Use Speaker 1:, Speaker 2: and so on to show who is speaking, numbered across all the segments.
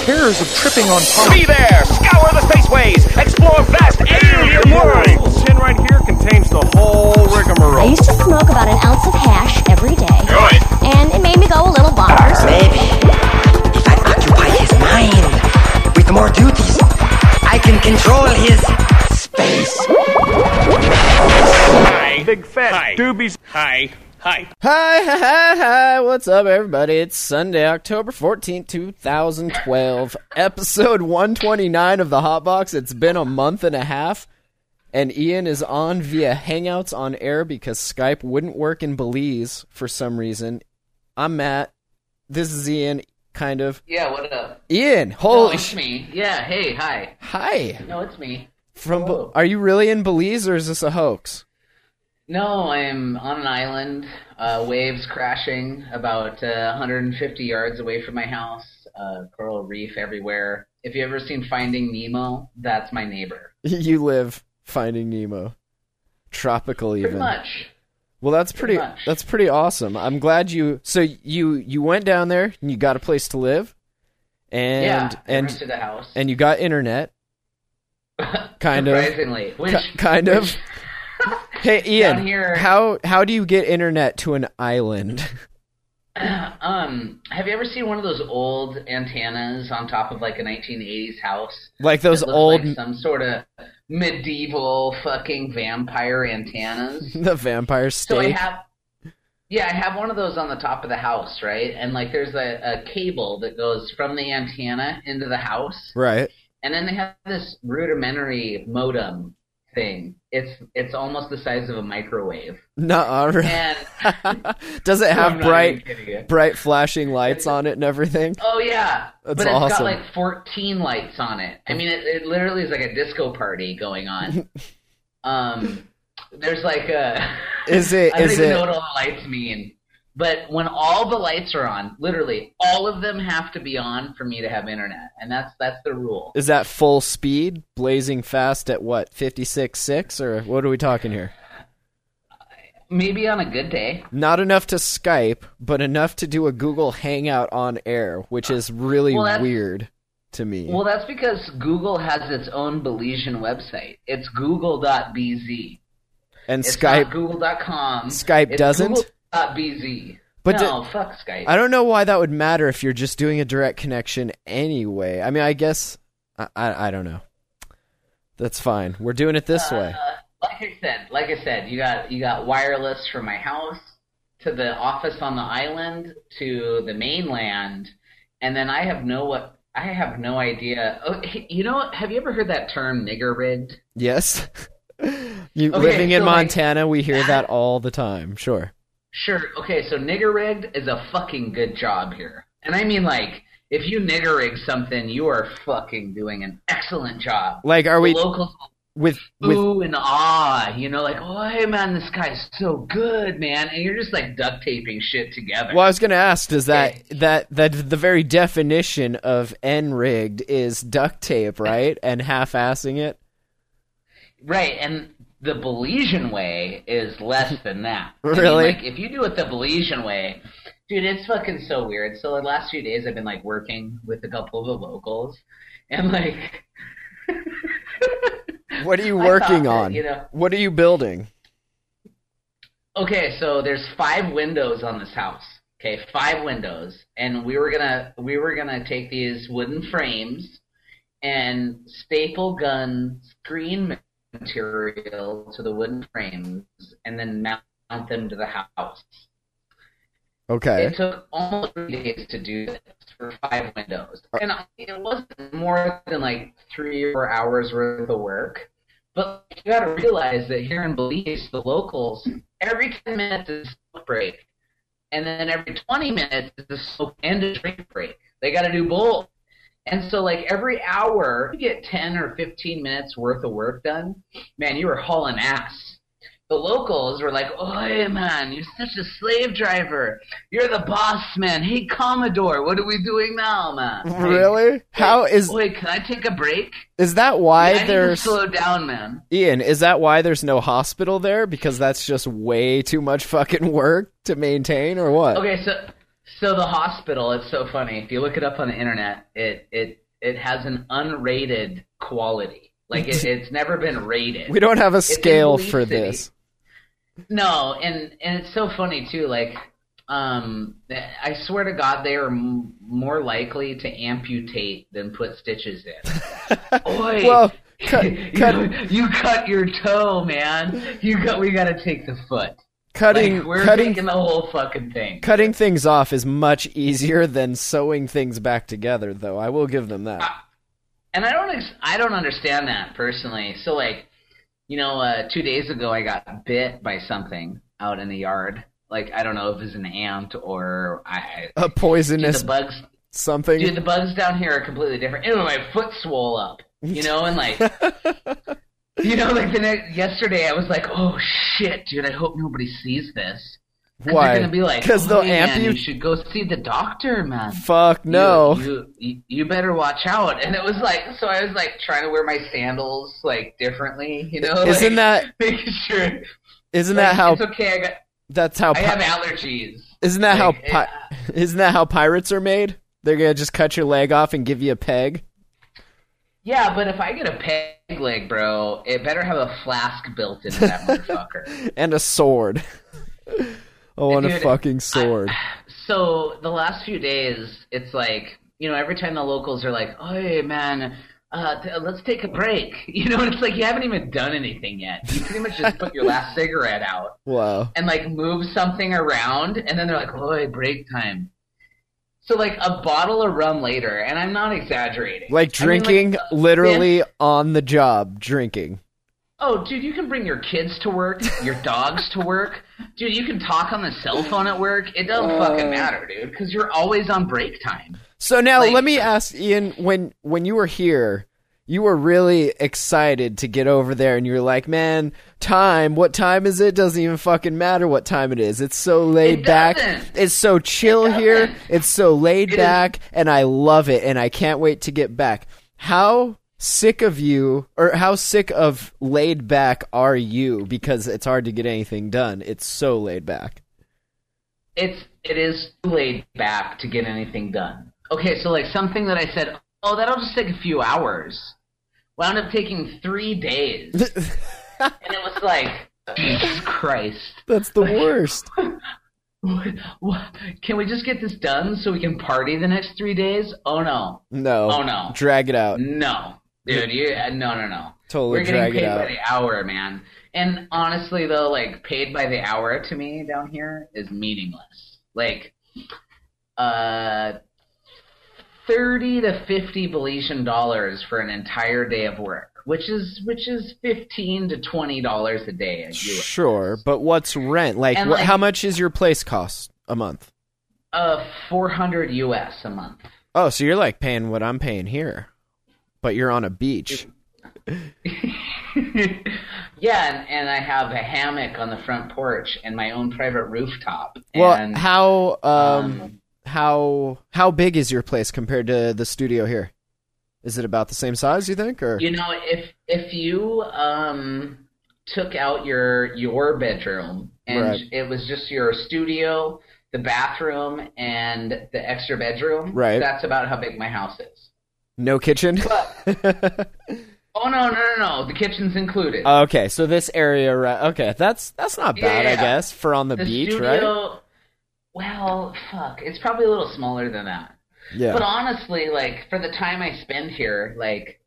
Speaker 1: terrors of tripping on pollen.
Speaker 2: Be there! Scour the spaceways! Explore vast alien worlds!
Speaker 3: This tin right here contains the whole
Speaker 4: I
Speaker 3: rigmarole.
Speaker 4: used to smoke about an ounce of hash every day.
Speaker 2: Good.
Speaker 4: And it made me go a little bonkers.
Speaker 5: Maybe if I occupy his mind with more duties, I can control his space.
Speaker 2: Hi.
Speaker 3: Big fat
Speaker 2: Hi.
Speaker 3: doobies.
Speaker 2: Hi. Hi.
Speaker 6: Hi, hi, hi, hi. What's up, everybody? It's Sunday, October 14th, 2012, episode 129 of the Hotbox. It's been a month and a half, and Ian is on via Hangouts on air because Skype wouldn't work in Belize for some reason. I'm Matt. This is Ian, kind of.
Speaker 7: Yeah, what up?
Speaker 6: Ian,
Speaker 7: Oh,
Speaker 6: holy
Speaker 7: it's
Speaker 6: sh!
Speaker 7: me. Yeah, hey, hi.
Speaker 6: Hi.
Speaker 7: No, it's me.
Speaker 6: From Be- are you really in Belize or is this a hoax?
Speaker 7: No, I'm on an island, uh, waves crashing about uh, 150 yards away from my house, uh, coral reef everywhere. If you ever seen Finding Nemo, that's my neighbor.
Speaker 6: You live Finding Nemo, tropical even.
Speaker 7: Pretty much.
Speaker 6: Well, that's pretty.
Speaker 7: much.
Speaker 6: that's pretty awesome. I'm glad you. So you you went down there and you got a place to live, and
Speaker 7: yeah,
Speaker 6: and
Speaker 7: rented a house.
Speaker 6: and you got internet, kind of,
Speaker 7: Surprisingly. Which,
Speaker 6: Ki- kind of. Hey Ian,
Speaker 7: Down here-
Speaker 6: how how do you get internet to an island?
Speaker 7: um, have you ever seen one of those old antennas on top of like a 1980s house?
Speaker 6: like those
Speaker 7: It looks
Speaker 6: old
Speaker 7: like some sort of medieval fucking vampire antennas.
Speaker 6: the vampire
Speaker 7: so I
Speaker 6: state.
Speaker 7: have, yeah, I have one of those on the top of the house, right? And like, there's a, a cable that goes from the antenna into the house,
Speaker 6: right.
Speaker 7: and then they have this rudimentary modem thing. It's it's almost the size of a microwave,
Speaker 6: Nuh-uh. right.
Speaker 7: and
Speaker 6: uh, Does it have
Speaker 7: I'm not even
Speaker 6: bright
Speaker 7: kidding you.
Speaker 6: bright flashing lights on it and everything?
Speaker 7: Oh yeah,
Speaker 6: That's
Speaker 7: but it's got
Speaker 6: awesome.
Speaker 7: like 14 lights on it. I mean, it, it literally is like a disco party going on. um, there's like a.
Speaker 6: Is it-
Speaker 7: I don't
Speaker 6: is
Speaker 7: even
Speaker 6: it-
Speaker 7: know what all the lights mean. But when all the lights are on, literally all of them have to be on for me to have internet, and that's that's the rule.
Speaker 6: Is that full speed, blazing fast at what fifty six six or what are we talking here?
Speaker 7: Maybe on a good day.
Speaker 6: Not enough to Skype, but enough to do a Google Hangout on air, which is really
Speaker 7: Well, that's-
Speaker 6: weird to me.
Speaker 7: Well, that's because Google has its own Belizean website. It's Google.bz.
Speaker 6: and
Speaker 7: It's
Speaker 6: Skype,
Speaker 7: not Google.com.
Speaker 6: Skype
Speaker 7: It's
Speaker 6: doesn't?
Speaker 7: Google.bz.
Speaker 6: But
Speaker 7: no, fuck Skype.
Speaker 6: I don't know why that would matter if you're just doing a direct connection anyway. I mean, I guess I I, I don't know. That's fine. We're doing it this way.
Speaker 7: Uh, like I said, like I said, you got you got wireless from my house to the office on the island to the mainland, and then I have no what I have no idea. Oh, h- you know, have you ever heard that term nigger rigged?
Speaker 6: Yes. you
Speaker 7: Okay,
Speaker 6: living in
Speaker 7: so, like-
Speaker 6: Montana, we hear that all the time. Sure.
Speaker 7: Sure. Okay, so nigger rigged is a fucking good job here, and I mean like if you nigger rig something, you are fucking doing an excellent job.
Speaker 6: Like are
Speaker 7: The
Speaker 6: we
Speaker 7: locals
Speaker 6: with with
Speaker 7: ooh and ah, you know, like oh hey man, this guy's so good, man, and you're just like duct taping shit together.
Speaker 6: Well, I was going to ask, does that that that the very definition of n-rigged is duct tape, right? And half-assing it.
Speaker 7: Right, and the Belizean way is less than that. I mean,
Speaker 6: Really?
Speaker 7: like, if you do it the Belizean way, dude, it's fucking so weird. So the last few days, I've been like working with a couple of the locals, and like,
Speaker 6: What are you
Speaker 7: I
Speaker 6: working
Speaker 7: thought that,
Speaker 6: on?
Speaker 7: you know.
Speaker 6: What are you building?
Speaker 7: okay, so there's five windows on this house. Okay, five windows, and we were gonna we were gonna take these wooden frames and staple gun screen material to the wooden frames, and then mount them to the house.
Speaker 6: Okay.
Speaker 7: It took almost three days to do this for five windows, and I- it wasn't more than like three or four hours worth of work. But you got to realize that here in Belize, the locals every ten minutes is a smoke break, and then every twenty minutes is a smoke and a drink break. They got to do both, and so like every hour you get ten or fifteen minutes worth of work done. Man, you were hauling ass. The locals were like, "Oh man, you're such a slave driver." You're the boss, man. Hey, Commodore, what are we doing now, man? Like,
Speaker 6: Really? How is
Speaker 7: Wait, can I take a break?
Speaker 6: is that why
Speaker 7: I need to
Speaker 6: there's
Speaker 7: slow down, man.
Speaker 6: Ian, is that why there's no hospital there because that's just way too much fucking work to maintain or what?
Speaker 7: Okay, so So the hospital, it's so funny. If you look it up on the internet, it it it has an unrated quality. Like it, it's never been rated.
Speaker 6: We don't have a
Speaker 7: in
Speaker 6: scale
Speaker 7: Leaf
Speaker 6: for
Speaker 7: City.
Speaker 6: this.
Speaker 7: No, and and it's so funny too. Like, um, I swear to God, they are m- more likely to amputate than put stitches in. Boy,
Speaker 6: Well, cut,
Speaker 7: you,
Speaker 6: cut,
Speaker 7: you cut your toe, man. You got. We got to take the foot.
Speaker 6: cutting,
Speaker 7: like, we're
Speaker 6: cutting,
Speaker 7: taking the whole fucking thing.
Speaker 6: cutting things off is much easier than sewing things back together, though. I will give them that.
Speaker 7: and I don't ex- I don't understand that personally. So like, you know, uh, two days ago I got bit by something out in the yard. Like I don't know if it was an ant or I. I
Speaker 6: A poisonous
Speaker 7: dude, the bugs,
Speaker 6: something.
Speaker 7: dude. The bugs down here are completely different. Anyway, my foot swole up. You know, and like. You know, like the next, yesterday, I was like, "Oh shit, dude! I hope nobody sees this." 'Cause
Speaker 6: Why?
Speaker 7: They're gonna be like,
Speaker 6: 'Cause
Speaker 7: "Oh,
Speaker 6: they'll
Speaker 7: man,
Speaker 6: amp you-
Speaker 7: You should go see the doctor, man."
Speaker 6: Fuck no.
Speaker 7: You, you you better watch out. And it was like, so I was like trying to wear my sandals like differently, you know?
Speaker 6: Isn't
Speaker 7: like,
Speaker 6: that
Speaker 7: making sure?
Speaker 6: isn't
Speaker 7: like,
Speaker 6: that how
Speaker 7: It's okay. I got.
Speaker 6: that's how
Speaker 7: I
Speaker 6: pi-
Speaker 7: have allergies.
Speaker 6: isn't that how
Speaker 7: like,
Speaker 6: pi- isn't that how pirates are made? They're gonna just cut your leg off and give you a peg.
Speaker 7: Yeah, but if I get a peg leg, bro, it better have a flask built into that motherfucker.
Speaker 6: and a sword. I want a
Speaker 7: Dude,
Speaker 6: fucking sword.
Speaker 7: So the last few days, it's like you know, every time the locals are like, "Hey, man." Uh, t- let's take a break. You know, it's like you haven't even done anything yet. You pretty much just put your last cigarette out,
Speaker 6: wow.
Speaker 7: and like move something around, and then they're like, "Oi, break time." So like a bottle of rum later, and I'm not exaggerating.
Speaker 6: Like
Speaker 7: I mean,
Speaker 6: drinking,
Speaker 7: like, uh,
Speaker 6: literally on the job, drinking.
Speaker 7: oh, dude, you can bring your kids to work, your dogs to work, dude. You can talk on the cell phone at work. It doesn't fucking matter, dude, because you're always on break time.
Speaker 6: So now
Speaker 7: Like-
Speaker 6: let me ask Ian when when you were here, you were really excited to get over there and you were like, "Man, time, what time is it? Doesn't even fucking matter what time it is. It's so laid
Speaker 7: It
Speaker 6: back.
Speaker 7: doesn't.
Speaker 6: It's so chill here. It's so laid
Speaker 7: It is-
Speaker 6: back and I love it and I can't wait to get back." How sick of you or how sick of laid back are you because it's hard to get anything done. It's so laid back.
Speaker 7: It's it is too laid back to get anything done. Okay, so like something that I said, oh, that'll just take a few hours, wound up taking three days, and it was like, Jesus Christ.
Speaker 6: That's the worst.
Speaker 7: What- what- Can we just get this done so we can party the next three days? Oh no,
Speaker 6: No.
Speaker 7: Oh, no.
Speaker 6: Drag it out.
Speaker 7: no, dude, you uh, no no no.
Speaker 6: Totally
Speaker 7: We're
Speaker 6: drag it
Speaker 7: getting paid by
Speaker 6: out.
Speaker 7: the hour, man. And honestly, though, like paid by the hour to me down here is meaningless. Like, uh, thirty to fifty Belizean dollars for an entire day of work, which is which is fifteen to twenty dollars a day. At US.
Speaker 6: Sure, but what's rent? Like,
Speaker 7: And,
Speaker 6: wha-
Speaker 7: like-
Speaker 6: how much is your place cost a month?
Speaker 7: Uh, four hundred US a month.
Speaker 6: Oh, so you're like paying what I'm paying here, but you're on a beach.
Speaker 7: yeah, and, and I have a hammock on the front porch and my own private rooftop.
Speaker 6: Well,
Speaker 7: and
Speaker 6: how um,
Speaker 7: um,
Speaker 6: how how big is your place compared to the studio here? Is it about the same size? You think, or
Speaker 7: you know, if if you um took out your your bedroom and
Speaker 6: Right.
Speaker 7: it was just your studio, the bathroom, and the extra bedroom,
Speaker 6: Right.
Speaker 7: That's about how big my house is.
Speaker 6: no kitchen?
Speaker 7: Oh no, no, no, no! The kitchen's included.
Speaker 6: okay, so this area, right? Okay, that's that's not bad, I
Speaker 7: Yeah.
Speaker 6: guess, for on the,
Speaker 7: the
Speaker 6: beach, right?
Speaker 7: studio, well, fuck, it's probably a little smaller than that. But
Speaker 6: Yeah,
Speaker 7: honestly, like for the time I spend here, like,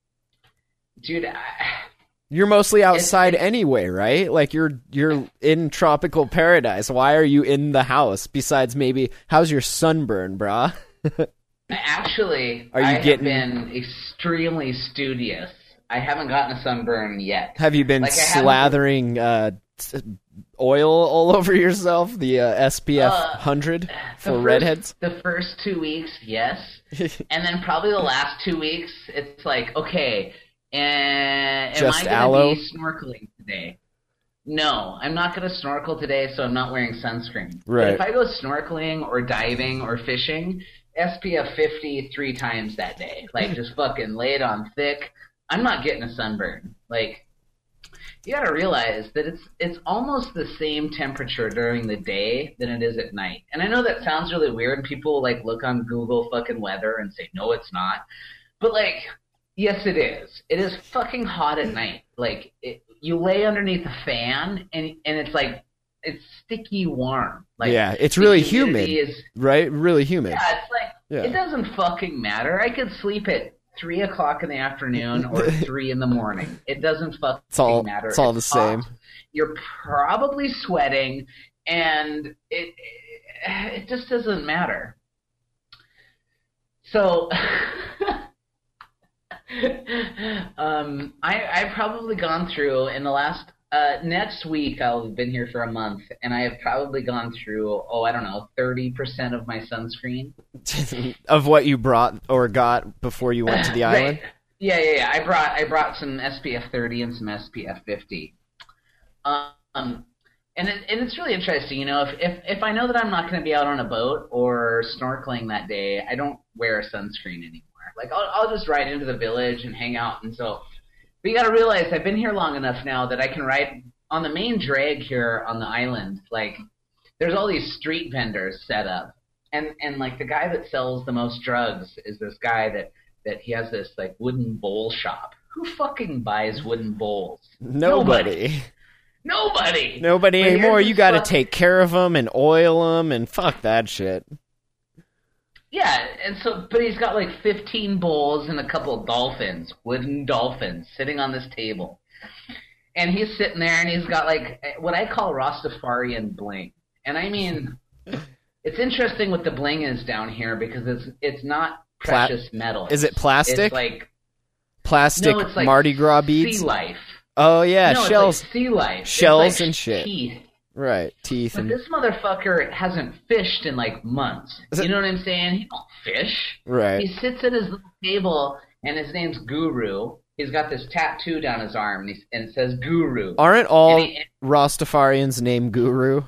Speaker 7: dude, I,
Speaker 6: you're mostly outside anyway, right? Like you're you're in tropical paradise. Why are you in the house? Besides, maybe how's your sunburn, brah?
Speaker 7: actually,
Speaker 6: Are you
Speaker 7: I have
Speaker 6: getting-
Speaker 7: been extremely studious. I haven't gotten a sunburn yet.
Speaker 6: Have you been
Speaker 7: Like, I haven't-
Speaker 6: slathering uh, t- oil all over yourself? The uh, SPF 100
Speaker 7: The
Speaker 6: for
Speaker 7: first-
Speaker 6: redheads?
Speaker 7: The first two weeks, yes, and then probably the last two weeks, it's like, okay, and am
Speaker 6: Just
Speaker 7: I gonna
Speaker 6: aloe?
Speaker 7: be snorkeling today? No, I'm not gonna snorkel today, so I'm not wearing sunscreen.
Speaker 6: Right.
Speaker 7: But if I go snorkeling or diving or fishing, SPF 50 three times that day, like just fucking lay it on thick. I'm not getting a sunburn. Like, you gotta realize that it's it's almost the same temperature during the day than it is at night. And I know that sounds really weird. and People like look on Google fucking weather and say no, it's not. But like, yes, it is. It is fucking hot at night. Like it, you lay underneath a fan and and it's like it's sticky warm. Like
Speaker 6: Yeah, it's really
Speaker 7: the humidity
Speaker 6: humid.
Speaker 7: Is,
Speaker 6: right? Really humid.
Speaker 7: yeah, it's like
Speaker 6: Yeah.
Speaker 7: it doesn't fucking matter. I could sleep at three o'clock in the afternoon or three in the morning. It doesn't fucking
Speaker 6: It's all-
Speaker 7: matter.
Speaker 6: it's all the same.
Speaker 7: hot. You're probably sweating, and it it just doesn't matter. So. um, I, I've probably gone through in the last uh, next week. I'll have been here for a month, and I have probably gone through. Oh, I don't know, thirty percent of my sunscreen.
Speaker 6: of what you brought or got before you went to the
Speaker 7: Right.
Speaker 6: island.
Speaker 7: Yeah, yeah, yeah. I brought I brought some SPF 30 and some SPF 50. Um, and it, and it's really interesting, you know. If if if I know that I'm not going to be out on a boat or snorkeling that day, I don't wear sunscreen anymore. Like I'll I'll just ride into the village and hang out. And so, but you got to realize I've been here long enough now that I can ride on the main drag here on the island. Like there's all these street vendors set up, and and like the guy that sells the most drugs is this guy that that he has this like wooden bowl shop. Who fucking buys wooden bowls?
Speaker 6: Nobody.
Speaker 7: Nobody.
Speaker 6: Nobody
Speaker 7: But here's
Speaker 6: anymore. You
Speaker 7: this
Speaker 6: got to
Speaker 7: fuck-
Speaker 6: take care of them and oil them and fuck that shit.
Speaker 7: Yeah, and so, but he's got like 15 bowls and a couple of dolphins, wooden dolphins, sitting on this table. And he's sitting there and he's got like what I call Rastafarian bling. And I mean, it's interesting what the bling is down here because it's it's not
Speaker 6: Pla-
Speaker 7: precious metal.
Speaker 6: is it plastic?
Speaker 7: It's like
Speaker 6: Plastic
Speaker 7: no, it's like
Speaker 6: Mardi Gras beads.
Speaker 7: Sea life.
Speaker 6: Oh yeah,
Speaker 7: no,
Speaker 6: shells.
Speaker 7: It's like sea life. It's
Speaker 6: shells
Speaker 7: like
Speaker 6: and shit.
Speaker 7: Teeth.
Speaker 6: right, teeth
Speaker 7: But
Speaker 6: and
Speaker 7: this motherfucker hasn't fished in like months.
Speaker 6: Is it-
Speaker 7: You know what I'm saying? He don't fish.
Speaker 6: right.
Speaker 7: He sits at his little table, and his name's Guru. He's got this tattoo down his arm, and, he's, and it says Guru.
Speaker 6: Aren't all
Speaker 7: and he-
Speaker 6: Rastafarians named Guru?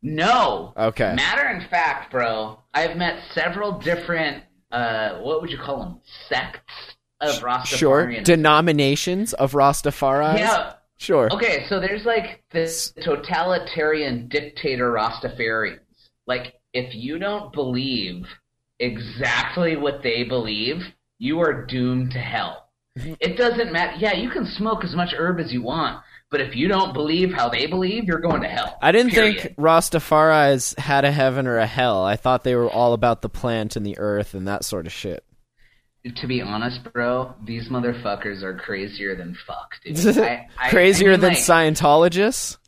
Speaker 7: no.
Speaker 6: Okay.
Speaker 7: Matter in fact, bro, I've met several different, uh, what would you call them? Sects of Rastafarian.
Speaker 6: Sure. Denominations of Rastafarians?
Speaker 7: yeah.
Speaker 6: Sure.
Speaker 7: Okay, so there's like this totalitarian dictator Rastafarians. Like, if you don't believe exactly what they believe, you are doomed to hell.
Speaker 6: Mm-hmm.
Speaker 7: It doesn't matter. Yeah, you can smoke as much herb as you want, but if you don't believe how they believe, you're going to hell.
Speaker 6: I didn't
Speaker 7: Period.
Speaker 6: think Rastafaris had a heaven or a hell. I thought they were all about the plant and the earth and that sort of shit.
Speaker 7: To be honest, bro, these motherfuckers are crazier than fuck, dude. I- I- I
Speaker 6: Crazier
Speaker 7: mean,
Speaker 6: than
Speaker 7: like,
Speaker 6: Scientologists?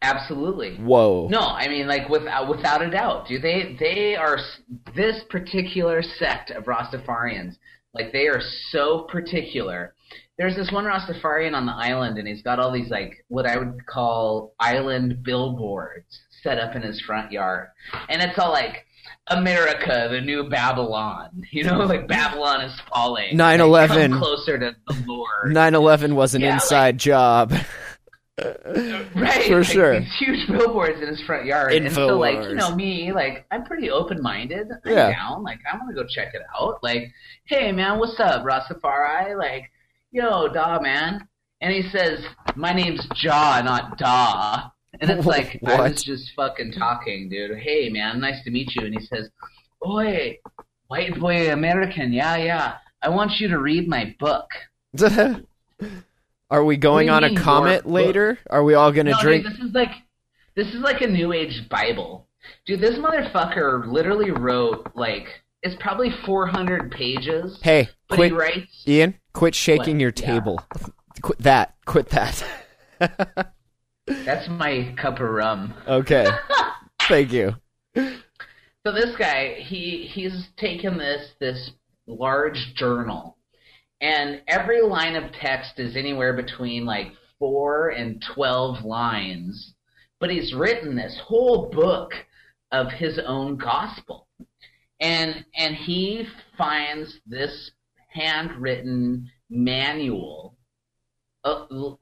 Speaker 7: Absolutely.
Speaker 6: Whoa.
Speaker 7: No, I mean like without without a doubt, do they they are s- this particular sect of Rastafarians. Like they are so particular. There's this one Rastafarian on the island, and he's got all these like what I would call island billboards set up in his front yard, and it's all like America, the new Babylon. You know, like Babylon is falling.
Speaker 6: 9/11.
Speaker 7: Come closer to the Lord.
Speaker 6: 9/11 was an
Speaker 7: Yeah,
Speaker 6: inside job.
Speaker 7: right
Speaker 6: For
Speaker 7: like,
Speaker 6: sure.
Speaker 7: these huge billboards in his front yard and so like you
Speaker 6: Infowars.
Speaker 7: know me like i'm pretty open-minded i'm
Speaker 6: Yeah.
Speaker 7: down like i want to go check it out like hey man what's up rastafari like yo da man and he says my name's jaw not da and it's like i
Speaker 6: What?
Speaker 7: was just fucking talking dude hey man nice to meet you and he says oi white boy american yeah yeah i want you to read my book
Speaker 6: Are we going on
Speaker 7: What do you
Speaker 6: a
Speaker 7: mean,
Speaker 6: comet
Speaker 7: your-
Speaker 6: later? Are we all going to
Speaker 7: No,
Speaker 6: drink
Speaker 7: dude, this is like this is like a new age Bible. Dude, this motherfucker literally wrote like it's probably 400 pages.
Speaker 6: Hey,
Speaker 7: but
Speaker 6: quit
Speaker 7: he writes
Speaker 6: Ian, quit shaking
Speaker 7: What?
Speaker 6: your
Speaker 7: Yeah.
Speaker 6: table. Quit that. Quit that.
Speaker 7: that's my cup of rum.
Speaker 6: okay. Thank you.
Speaker 7: So this guy, he he's taken this this large journal, and every line of text is anywhere between like four and twelve lines. But he's written this whole book of his own gospel, and and he finds this handwritten manual, uh, l-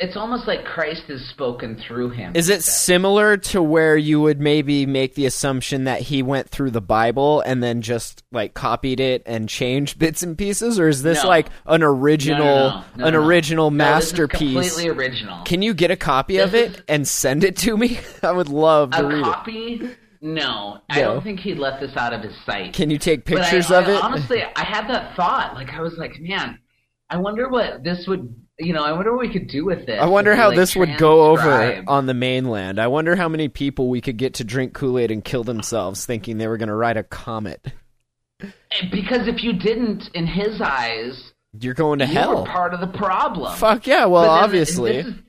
Speaker 7: it's almost like Christ is spoken through him.
Speaker 6: Is it similar to where you would maybe make the assumption that he went through the Bible and then just like copied it and changed bits and pieces, or is this
Speaker 7: No.
Speaker 6: like an
Speaker 7: No,
Speaker 6: original,
Speaker 7: no, no, no,
Speaker 6: an
Speaker 7: no.
Speaker 6: original
Speaker 7: No, this is
Speaker 6: masterpiece?
Speaker 7: completely original.
Speaker 6: Can you get a copy of
Speaker 7: This
Speaker 6: it and send it to me? I would love to
Speaker 7: a
Speaker 6: read it.
Speaker 7: copy? No, I
Speaker 6: No.
Speaker 7: don't think he let this out of his sight.
Speaker 6: Can you take
Speaker 7: But I-
Speaker 6: pictures
Speaker 7: I,
Speaker 6: of it?
Speaker 7: Honestly, I had that thought. Like I was like, man, I wonder what this would. You know, I wonder what we could do with this.
Speaker 6: I wonder
Speaker 7: If we,
Speaker 6: how
Speaker 7: like,
Speaker 6: this would go over
Speaker 7: transcribe.
Speaker 6: on the mainland. I wonder how many people we could get to drink Kool Aid and kill themselves thinking they were going to ride a comet.
Speaker 7: because if you didn't, in his eyes,
Speaker 6: You're going to
Speaker 7: you
Speaker 6: hell.
Speaker 7: were part of the problem.
Speaker 6: Fuck yeah! Well,
Speaker 7: But then
Speaker 6: obviously.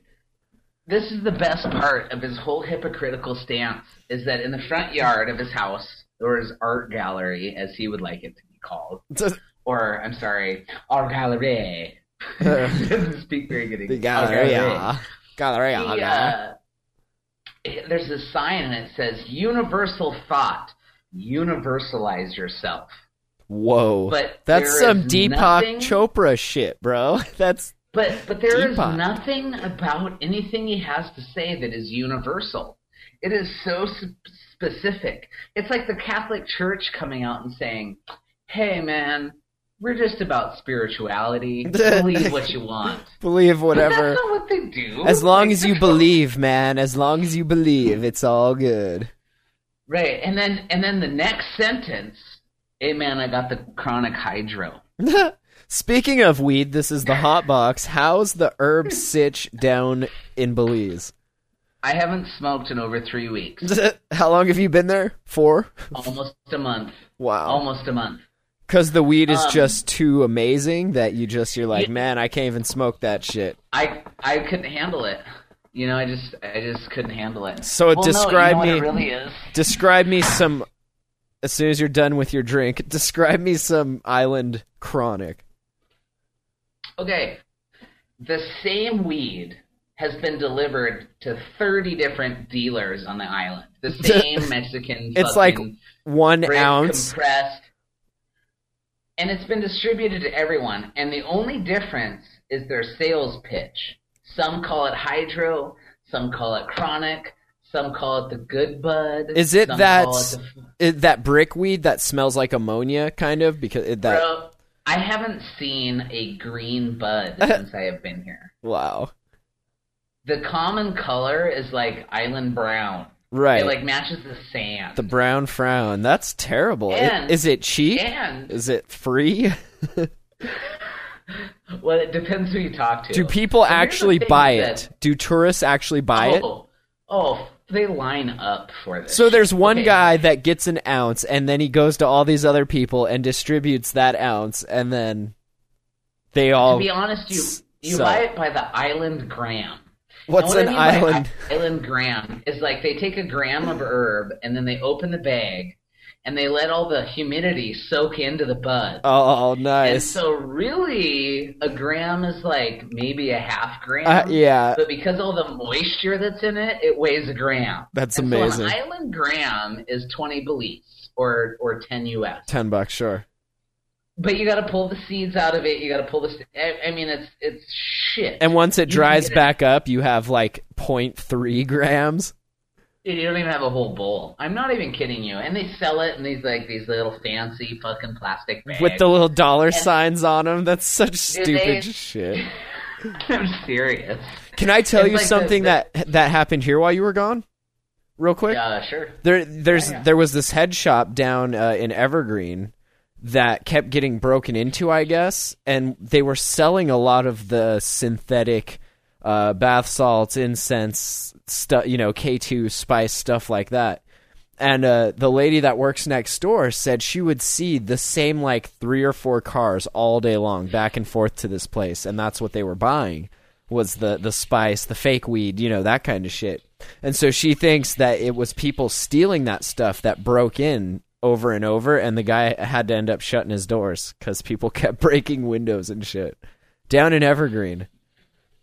Speaker 7: This is, this is the best part of his whole hypocritical stance is that in the front yard of his house or his art gallery, as he would like it to be called, or I'm sorry, art gallery. doesn't speak very good
Speaker 6: the
Speaker 7: English. Art
Speaker 6: Galleria.
Speaker 7: He,
Speaker 6: Galleria.
Speaker 7: uh, there's a sign and it says "Universal Thought." Universalize yourself.
Speaker 6: Whoa.
Speaker 7: but
Speaker 6: That's
Speaker 7: there
Speaker 6: some
Speaker 7: is
Speaker 6: Deepak
Speaker 7: nothing-
Speaker 6: Chopra shit, bro. That's
Speaker 7: But but there is
Speaker 6: Teapot.
Speaker 7: nothing about anything he has to say that is universal. It is so sp- specific. It's like the Catholic Church coming out and saying, "Hey, man, we're just about spirituality. Believe what you want."
Speaker 6: believe
Speaker 7: But
Speaker 6: whatever.
Speaker 7: that's not what they do.
Speaker 6: As long
Speaker 7: Like,
Speaker 6: as you
Speaker 7: they're-
Speaker 6: believe, man. As long as you believe, it's all good.
Speaker 7: Right, and then and then the next sentence, "Hey, man, I got the chronic hydro."
Speaker 6: Speaking of weed, this is the hot box. How's the herb sitch down in Belize?
Speaker 7: I haven't smoked in over three weeks,
Speaker 6: How long have you been there? Four?
Speaker 7: almost a month.
Speaker 6: Wow.
Speaker 7: Almost a month.
Speaker 6: Because the weed is
Speaker 7: Oh Um,
Speaker 6: just too amazing that you just, you're like,
Speaker 7: Yeah.
Speaker 6: man, I can't even smoke that shit.
Speaker 7: I I couldn't handle it. You know, I just I just couldn't handle it.
Speaker 6: So
Speaker 7: Well, no, you know
Speaker 6: describe
Speaker 7: what
Speaker 6: me.
Speaker 7: it really is.
Speaker 6: Describe me some. As soon as you're done with your drink, describe me some island chronic.
Speaker 7: Okay, the same weed has been delivered to thirty different dealers on the island. The same Mexican.
Speaker 6: It's like
Speaker 7: fucking
Speaker 6: One
Speaker 7: brick
Speaker 6: ounce.
Speaker 7: compressed, and it's been distributed to everyone. And the only difference is their sales pitch. Some call it hydro. Some call it chronic. Some call it the good bud.
Speaker 6: Is it
Speaker 7: some
Speaker 6: that
Speaker 7: call
Speaker 6: s-
Speaker 7: it the
Speaker 6: it, that brick weed that smells like ammonia, kind of? Because it, that
Speaker 7: Bro, I haven't seen a green bud since I have been here.
Speaker 6: wow,
Speaker 7: The common color is like island brown.
Speaker 6: right?
Speaker 7: It like matches the sand.
Speaker 6: the brown frown. That's terrible. I-
Speaker 7: And-
Speaker 6: is it cheap?
Speaker 7: and
Speaker 6: Is it free?
Speaker 7: well, it depends who you talk to.
Speaker 6: Do people
Speaker 7: But here's the
Speaker 6: actually
Speaker 7: thing
Speaker 6: buy
Speaker 7: that-
Speaker 6: it? Do tourists actually buy it?
Speaker 7: Oh, oh, they line up for this.
Speaker 6: So there's one
Speaker 7: Okay.
Speaker 6: guy that gets an ounce, and then he goes to all these other people and distributes that ounce, and then they all
Speaker 7: To be honest, you you
Speaker 6: So-
Speaker 7: buy it by the island gram.
Speaker 6: What's
Speaker 7: And
Speaker 6: an
Speaker 7: what I mean by
Speaker 6: island?
Speaker 7: i- island gram is like they take a gram of herb and then they open the bag and they let all the humidity soak into the bud.
Speaker 6: Oh,
Speaker 7: And
Speaker 6: nice.
Speaker 7: so, really, a gram is like maybe a half gram.
Speaker 6: Uh, yeah.
Speaker 7: But because all the moisture that's in it, it weighs a gram.
Speaker 6: That's
Speaker 7: And
Speaker 6: amazing.
Speaker 7: So an island gram is 20 beliefs or, or 10 US.
Speaker 6: Ten bucks, sure.
Speaker 7: But you got to pull the seeds out of it. You got to pull the. st- I, I mean, it's it's shit.
Speaker 6: And once it
Speaker 7: You can
Speaker 6: dries
Speaker 7: get it-
Speaker 6: back up, you have like 0.3 grams.
Speaker 7: Dude, you don't even have a whole bowl. I'm not even kidding you. And they sell it in these like these little fancy fucking plastic bags.
Speaker 6: with the little dollar signs on them. That's such
Speaker 7: Dude,
Speaker 6: stupid
Speaker 7: they-
Speaker 6: shit.
Speaker 7: I'm serious.
Speaker 6: Can I tell
Speaker 7: It's
Speaker 6: you
Speaker 7: like the-
Speaker 6: something
Speaker 7: the-
Speaker 6: that that happened here while you were gone? Real quick.
Speaker 7: Uh, sure.
Speaker 6: There, there's there was this head shop down uh, in Evergreen that kept getting broken into, I guess, and they were selling a lot of the synthetic uh, bath salts, incense stuff, you know, K two spice stuff like that. And uh, the lady that works next door said she would see the same like three or four cars all day long, back and forth to this place, and that's what they were buying was the the spice, the fake weed, you know, that kind of shit. And so she thinks that it was people stealing that stuff that broke in over and over, and the guy had to end up shutting his doors because people kept breaking windows and shit down in Evergreen,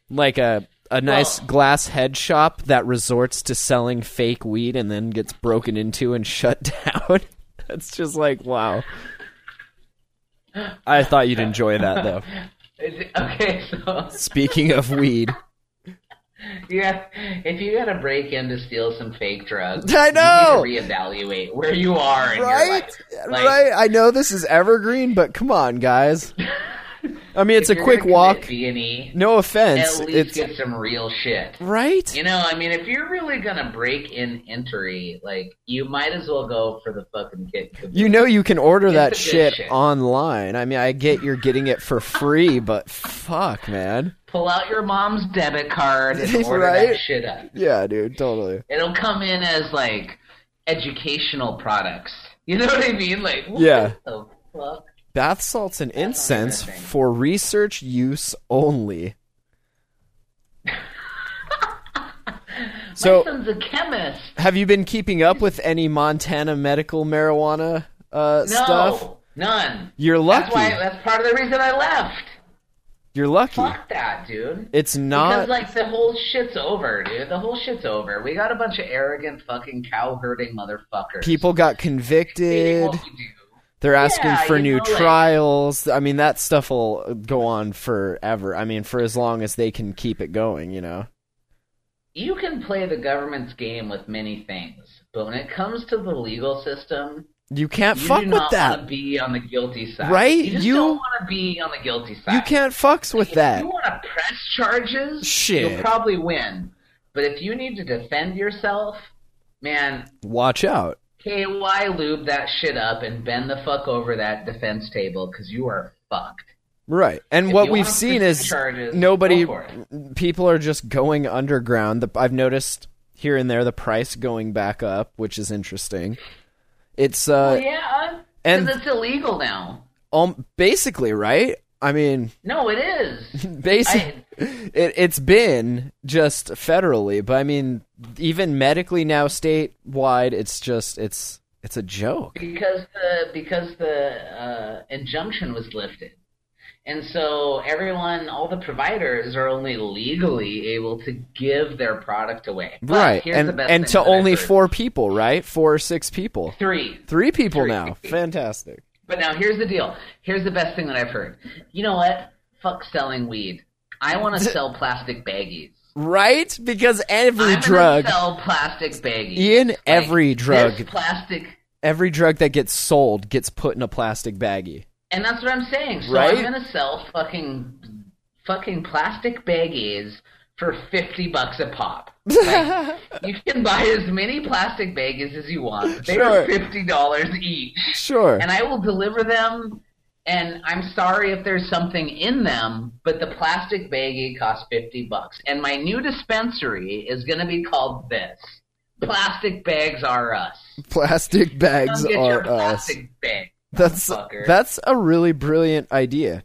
Speaker 6: like a a nice glass head shop that resorts to selling fake weed and then gets broken into and shut down. That's just like wow. I thought you'd enjoy that though.
Speaker 7: Is it- Okay, so
Speaker 6: Speaking of weed,
Speaker 7: Yeah, if you gotta break in to steal some fake drugs,
Speaker 6: I know!
Speaker 7: You need to reevaluate where you are in your
Speaker 6: right?
Speaker 7: life. Like,
Speaker 6: Right. I know this is evergreen, but come on, guys. I mean, it's
Speaker 7: if
Speaker 6: a
Speaker 7: you're
Speaker 6: quick
Speaker 7: gonna
Speaker 6: walk.
Speaker 7: commit B&E,
Speaker 6: No offense.
Speaker 7: at least
Speaker 6: It's
Speaker 7: get some real shit.
Speaker 6: right.
Speaker 7: You know, I mean, if you're really gonna break in entry, like you might as well go for the fucking kid.
Speaker 6: You know you can order that
Speaker 7: It's a good
Speaker 6: shit,
Speaker 7: shit.
Speaker 6: online. I mean, I get you're getting it for free, but fuck, man.
Speaker 7: Pull out your mom's debit card and order
Speaker 6: Right?
Speaker 7: that shit up.
Speaker 6: Yeah, dude, totally.
Speaker 7: It'll come in as like educational products. You know what I mean? Like what
Speaker 6: Yeah.
Speaker 7: the fuck?
Speaker 6: Bath salts and incense
Speaker 7: interesting.
Speaker 6: for research use only.
Speaker 7: My
Speaker 6: so,
Speaker 7: son's a chemist.
Speaker 6: have you been keeping up with any Montana medical marijuana uh,
Speaker 7: No,
Speaker 6: stuff?
Speaker 7: none.
Speaker 6: You're
Speaker 7: That's
Speaker 6: lucky.
Speaker 7: why. That's part of the reason I left.
Speaker 6: You're lucky.
Speaker 7: Fuck that, dude.
Speaker 6: It's
Speaker 7: Because
Speaker 6: not.
Speaker 7: like the whole shit's over, dude. The whole shit's over. We got a bunch of arrogant fucking cow herding motherfuckers.
Speaker 6: people got
Speaker 7: Hating
Speaker 6: convicted.
Speaker 7: what we do.
Speaker 6: They're asking
Speaker 7: Yeah,
Speaker 6: for
Speaker 7: you
Speaker 6: new
Speaker 7: know, like-
Speaker 6: trials. I mean, that stuff will go on forever. I mean, for as long as they can keep it going, you know.
Speaker 7: You can play the government's game with many things, but when it comes to the legal system,
Speaker 6: You can't
Speaker 7: You
Speaker 6: fuck
Speaker 7: do
Speaker 6: with
Speaker 7: not want to
Speaker 6: that.
Speaker 7: be on the guilty side,
Speaker 6: Right?
Speaker 7: You, just
Speaker 6: You-
Speaker 7: don't want to be on the guilty side.
Speaker 6: You can't fucks with
Speaker 7: If
Speaker 6: that.
Speaker 7: you want to press charges,
Speaker 6: Shit.
Speaker 7: you'll probably win. But if you need to defend yourself, man,
Speaker 6: Watch out.
Speaker 7: KY lube that shit up and bend the fuck over that defense table because you are fucked.
Speaker 6: Right. And
Speaker 7: If
Speaker 6: what
Speaker 7: you
Speaker 6: we've
Speaker 7: wanna
Speaker 6: seen
Speaker 7: pursue
Speaker 6: is
Speaker 7: charges,
Speaker 6: nobody
Speaker 7: go for it.
Speaker 6: people are just going underground. The, I've noticed here and there the price going back up, which is interesting. It's uh
Speaker 7: Yeah,
Speaker 6: and-
Speaker 7: because it's illegal now.
Speaker 6: um, basically, right? I mean,
Speaker 7: No, it is.
Speaker 6: Basically, it, it's been just federally, but I mean, even medically now, statewide, it's just it's it's a joke.
Speaker 7: because the because the uh, injunction was lifted, and so everyone, all the providers are only legally able to give their product away. But
Speaker 6: right,
Speaker 7: here's
Speaker 6: and
Speaker 7: the best
Speaker 6: and
Speaker 7: thing
Speaker 6: to
Speaker 7: that I've
Speaker 6: only
Speaker 7: heard.
Speaker 6: four people, right? Four or six people,
Speaker 7: three.
Speaker 6: three people
Speaker 7: Three.
Speaker 6: now. Fantastic.
Speaker 7: But now here's the deal. Here's the best thing that I've heard. You know what? Fuck selling weed. I want to sell plastic baggies.
Speaker 6: Right? Because every
Speaker 7: I'm gonna
Speaker 6: drug,
Speaker 7: Sell plastic baggies.
Speaker 6: Ian, every drug-
Speaker 7: This plastic
Speaker 6: every drug that gets sold gets put in a plastic baggie.
Speaker 7: And that's what I'm saying. So
Speaker 6: Right?
Speaker 7: I'm gonna sell fucking fucking plastic baggies for fifty bucks a pop. Like, you can buy as many plastic baggies as you want. They
Speaker 6: Sure.
Speaker 7: are fifty dollars each.
Speaker 6: Sure.
Speaker 7: And I will deliver them and I'm sorry if there's something in them, but the plastic baggie costs fifty bucks. And my new dispensary is gonna be called this. Plastic bags are us.
Speaker 6: plastic bags
Speaker 7: Come get
Speaker 6: are
Speaker 7: your
Speaker 6: us.
Speaker 7: plastic bag.
Speaker 6: That's
Speaker 7: motherfucker.
Speaker 6: that's a really brilliant idea.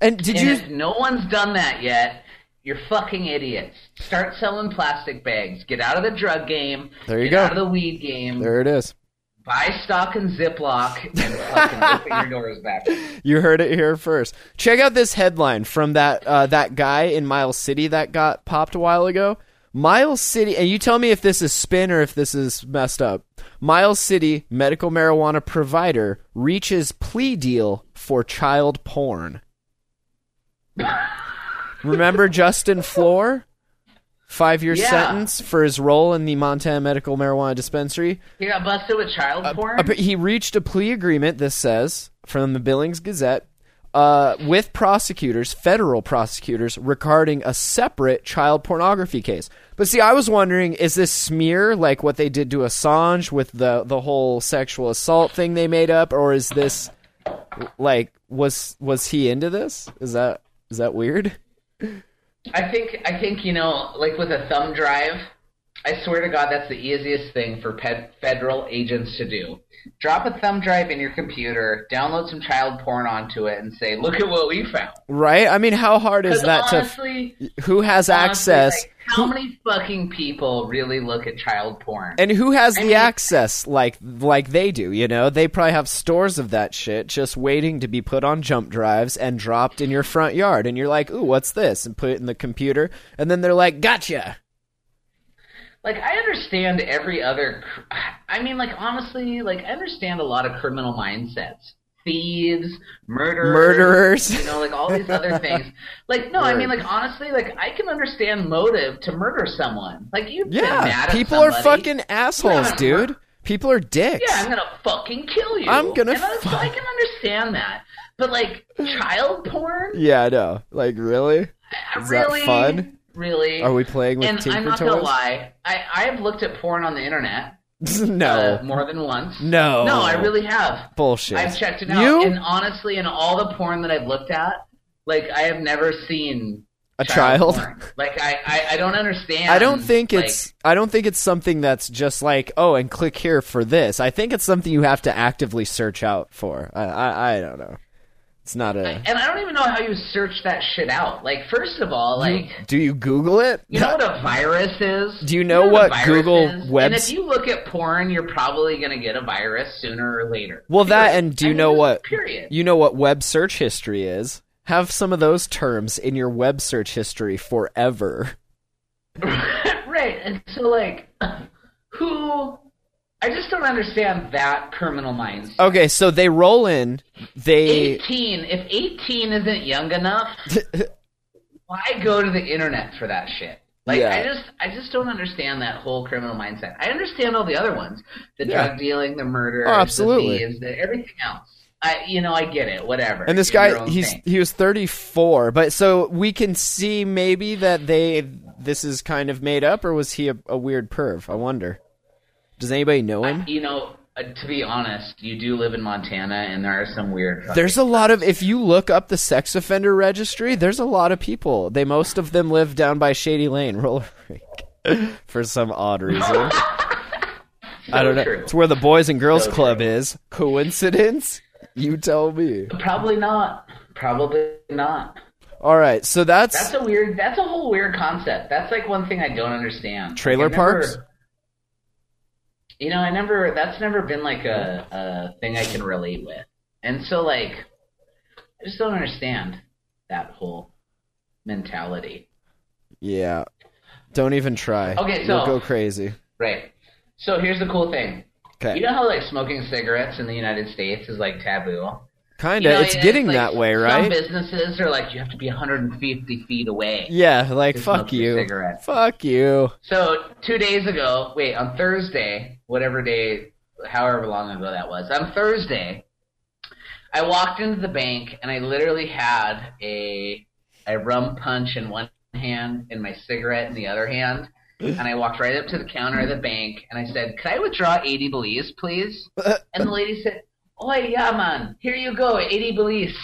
Speaker 6: And did
Speaker 7: and
Speaker 6: you?
Speaker 7: if no one's done that yet, you're fucking idiots. Start selling plastic bags. Get out of the drug game.
Speaker 6: There you
Speaker 7: get
Speaker 6: go.
Speaker 7: Out of the weed game.
Speaker 6: There it is.
Speaker 7: Buy stock and Ziploc and fucking open your doors back.
Speaker 6: You heard it here first. Check out this headline from that uh, that guy in Miles City that got popped a while ago. Miles City, and you tell me if this is spin or if this is messed up. Miles City medical marijuana provider reaches plea deal for child porn. Remember Justin Floor? Five year
Speaker 7: Yeah.
Speaker 6: sentence for his role in the Montana Medical Marijuana Dispensary.
Speaker 7: You got busted with child porn.
Speaker 6: Uh, but he reached a plea agreement. This says from the Billings Gazette uh, with prosecutors, federal prosecutors, regarding a separate child pornography case. But see, I was wondering, is this smear like what they did to Assange with the the whole sexual assault thing they made up, or is this like was was he into this? Is that is that weird?
Speaker 7: I think I think you know, like with a thumb drive. I swear to God, that's the easiest thing for ped- federal agents to do. Drop a thumb drive in your computer, download some child porn onto it, and say, "Look at what we found."
Speaker 6: Right? I mean, how hard is
Speaker 7: 'Cause
Speaker 6: that
Speaker 7: honestly,
Speaker 6: to? Who has
Speaker 7: Honestly,
Speaker 6: access?
Speaker 7: like, how many fucking people really look at child porn?
Speaker 6: And who has the
Speaker 7: mean-
Speaker 6: access like like they do, you know? They probably have stores of that shit just waiting to be put on jump drives and dropped in your front yard and you're like, "Ooh, what's this?" and put it in the computer and then they're like, "Gotcha."
Speaker 7: like, I understand every other. Cr- I mean, like honestly, like I understand a lot of criminal mindsets, thieves, murderers,
Speaker 6: Murderers.
Speaker 7: you know, like all these other things. Like, no, I mean, like honestly, like I can understand motive to murder someone. Like you've been
Speaker 6: Yeah,
Speaker 7: mad at
Speaker 6: people are
Speaker 7: somebody.
Speaker 6: fucking assholes,
Speaker 7: Yeah.
Speaker 6: dude. People are dicks.
Speaker 7: Yeah, I'm gonna fucking kill you.
Speaker 6: I'm gonna
Speaker 7: And I, so I
Speaker 6: fuck-
Speaker 7: can understand that, but like child porn,
Speaker 6: Yeah, I know. Like, really? Is that
Speaker 7: really,
Speaker 6: fun?
Speaker 7: really.
Speaker 6: Are we playing with
Speaker 7: and
Speaker 6: Tinker
Speaker 7: I'm not
Speaker 6: Toys?
Speaker 7: gonna lie, I I have looked at porn on the internet
Speaker 6: no,
Speaker 7: uh, more than once.
Speaker 6: Oh. No.
Speaker 7: no, I really have.
Speaker 6: bullshit.
Speaker 7: I've checked it out,
Speaker 6: You
Speaker 7: and honestly, in all the porn that I've looked at, like I have never seen
Speaker 6: a child?
Speaker 7: porn. Like I, I, I don't understand.
Speaker 6: I don't think
Speaker 7: like,
Speaker 6: it's. I don't think it's something that's just like, oh, and click here for this. I think it's something you have to actively search out for. I, I, I don't know. It's not a.
Speaker 7: and I don't even know how you search that shit out. Like, first of all, like.
Speaker 6: Do you Google it?
Speaker 7: You know what a virus is?
Speaker 6: Do you know
Speaker 7: a
Speaker 6: what
Speaker 7: virus
Speaker 6: Google
Speaker 7: is?
Speaker 6: webs-
Speaker 7: And if you look at porn, you're probably going to get a virus sooner or later.
Speaker 6: Well, that
Speaker 7: Period.
Speaker 6: and do you
Speaker 7: I mean,
Speaker 6: know
Speaker 7: just
Speaker 6: what?
Speaker 7: Period.
Speaker 6: You know what web search history is? Have some of those terms in your web search history forever.
Speaker 7: right. And so, like, who? I just don't understand that criminal mindset.
Speaker 6: Okay, so they roll in. They
Speaker 7: 18. If 18 isn't young enough, why go to the internet for that shit? Like
Speaker 6: Yeah.
Speaker 7: I just I just don't understand that whole criminal mindset. I understand all the other ones, the
Speaker 6: Yeah.
Speaker 7: drug dealing, the murder,
Speaker 6: Oh, absolutely.
Speaker 7: the thieves, the everything else. I you know I get it, whatever.
Speaker 6: and this
Speaker 7: Do your
Speaker 6: guy
Speaker 7: own
Speaker 6: he's
Speaker 7: thing.
Speaker 6: he was 34, but so we can see maybe that they this is kind of made up or was he a, a weird perv? I wonder. Does anybody know him?
Speaker 7: you know uh, to be honest, you do live in Montana, and there are some weird.
Speaker 6: There's a lot of if you look up the sex offender registry, there's a lot of people. They most of them live down by Shady Lane, Roller Rink, for some odd reason. I don't know.
Speaker 7: true.
Speaker 6: It's where the Boys and Girls
Speaker 7: So
Speaker 6: Club is. Coincidence? You tell me.
Speaker 7: probably not. Probably not.
Speaker 6: All right, so that's,
Speaker 7: That's a weird. That's a whole weird concept. That's like one thing I don't understand.
Speaker 6: Trailer
Speaker 7: I've never-
Speaker 6: parks?
Speaker 7: You know, I never. That's never been like a, a thing I can relate with, and so like, I just don't understand that whole mentality.
Speaker 6: yeah. Don't even try.
Speaker 7: Okay,
Speaker 6: You'll
Speaker 7: so-
Speaker 6: go crazy.
Speaker 7: Right. So here's the cool thing.
Speaker 6: Okay,
Speaker 7: You know how like smoking cigarettes in the United States is like taboo.
Speaker 6: kinda.
Speaker 7: You know,
Speaker 6: it's getting
Speaker 7: like,
Speaker 6: that way,
Speaker 7: Some
Speaker 6: right?
Speaker 7: businesses are like you have to be 150 feet away.
Speaker 6: yeah, like
Speaker 7: to
Speaker 6: fuck
Speaker 7: smoke a
Speaker 6: you,
Speaker 7: cigarette.
Speaker 6: fuck you.
Speaker 7: So two days ago, wait, on Thursday, whatever day, however long ago that was, on Thursday, I walked into the bank and I literally had a a rum punch in one hand and my cigarette in the other hand, and I walked right up to the counter of the bank and I said, "Could I withdraw eighty Belize, please?" And the lady said. Oh yeah, man! Here you go, eighty Belize.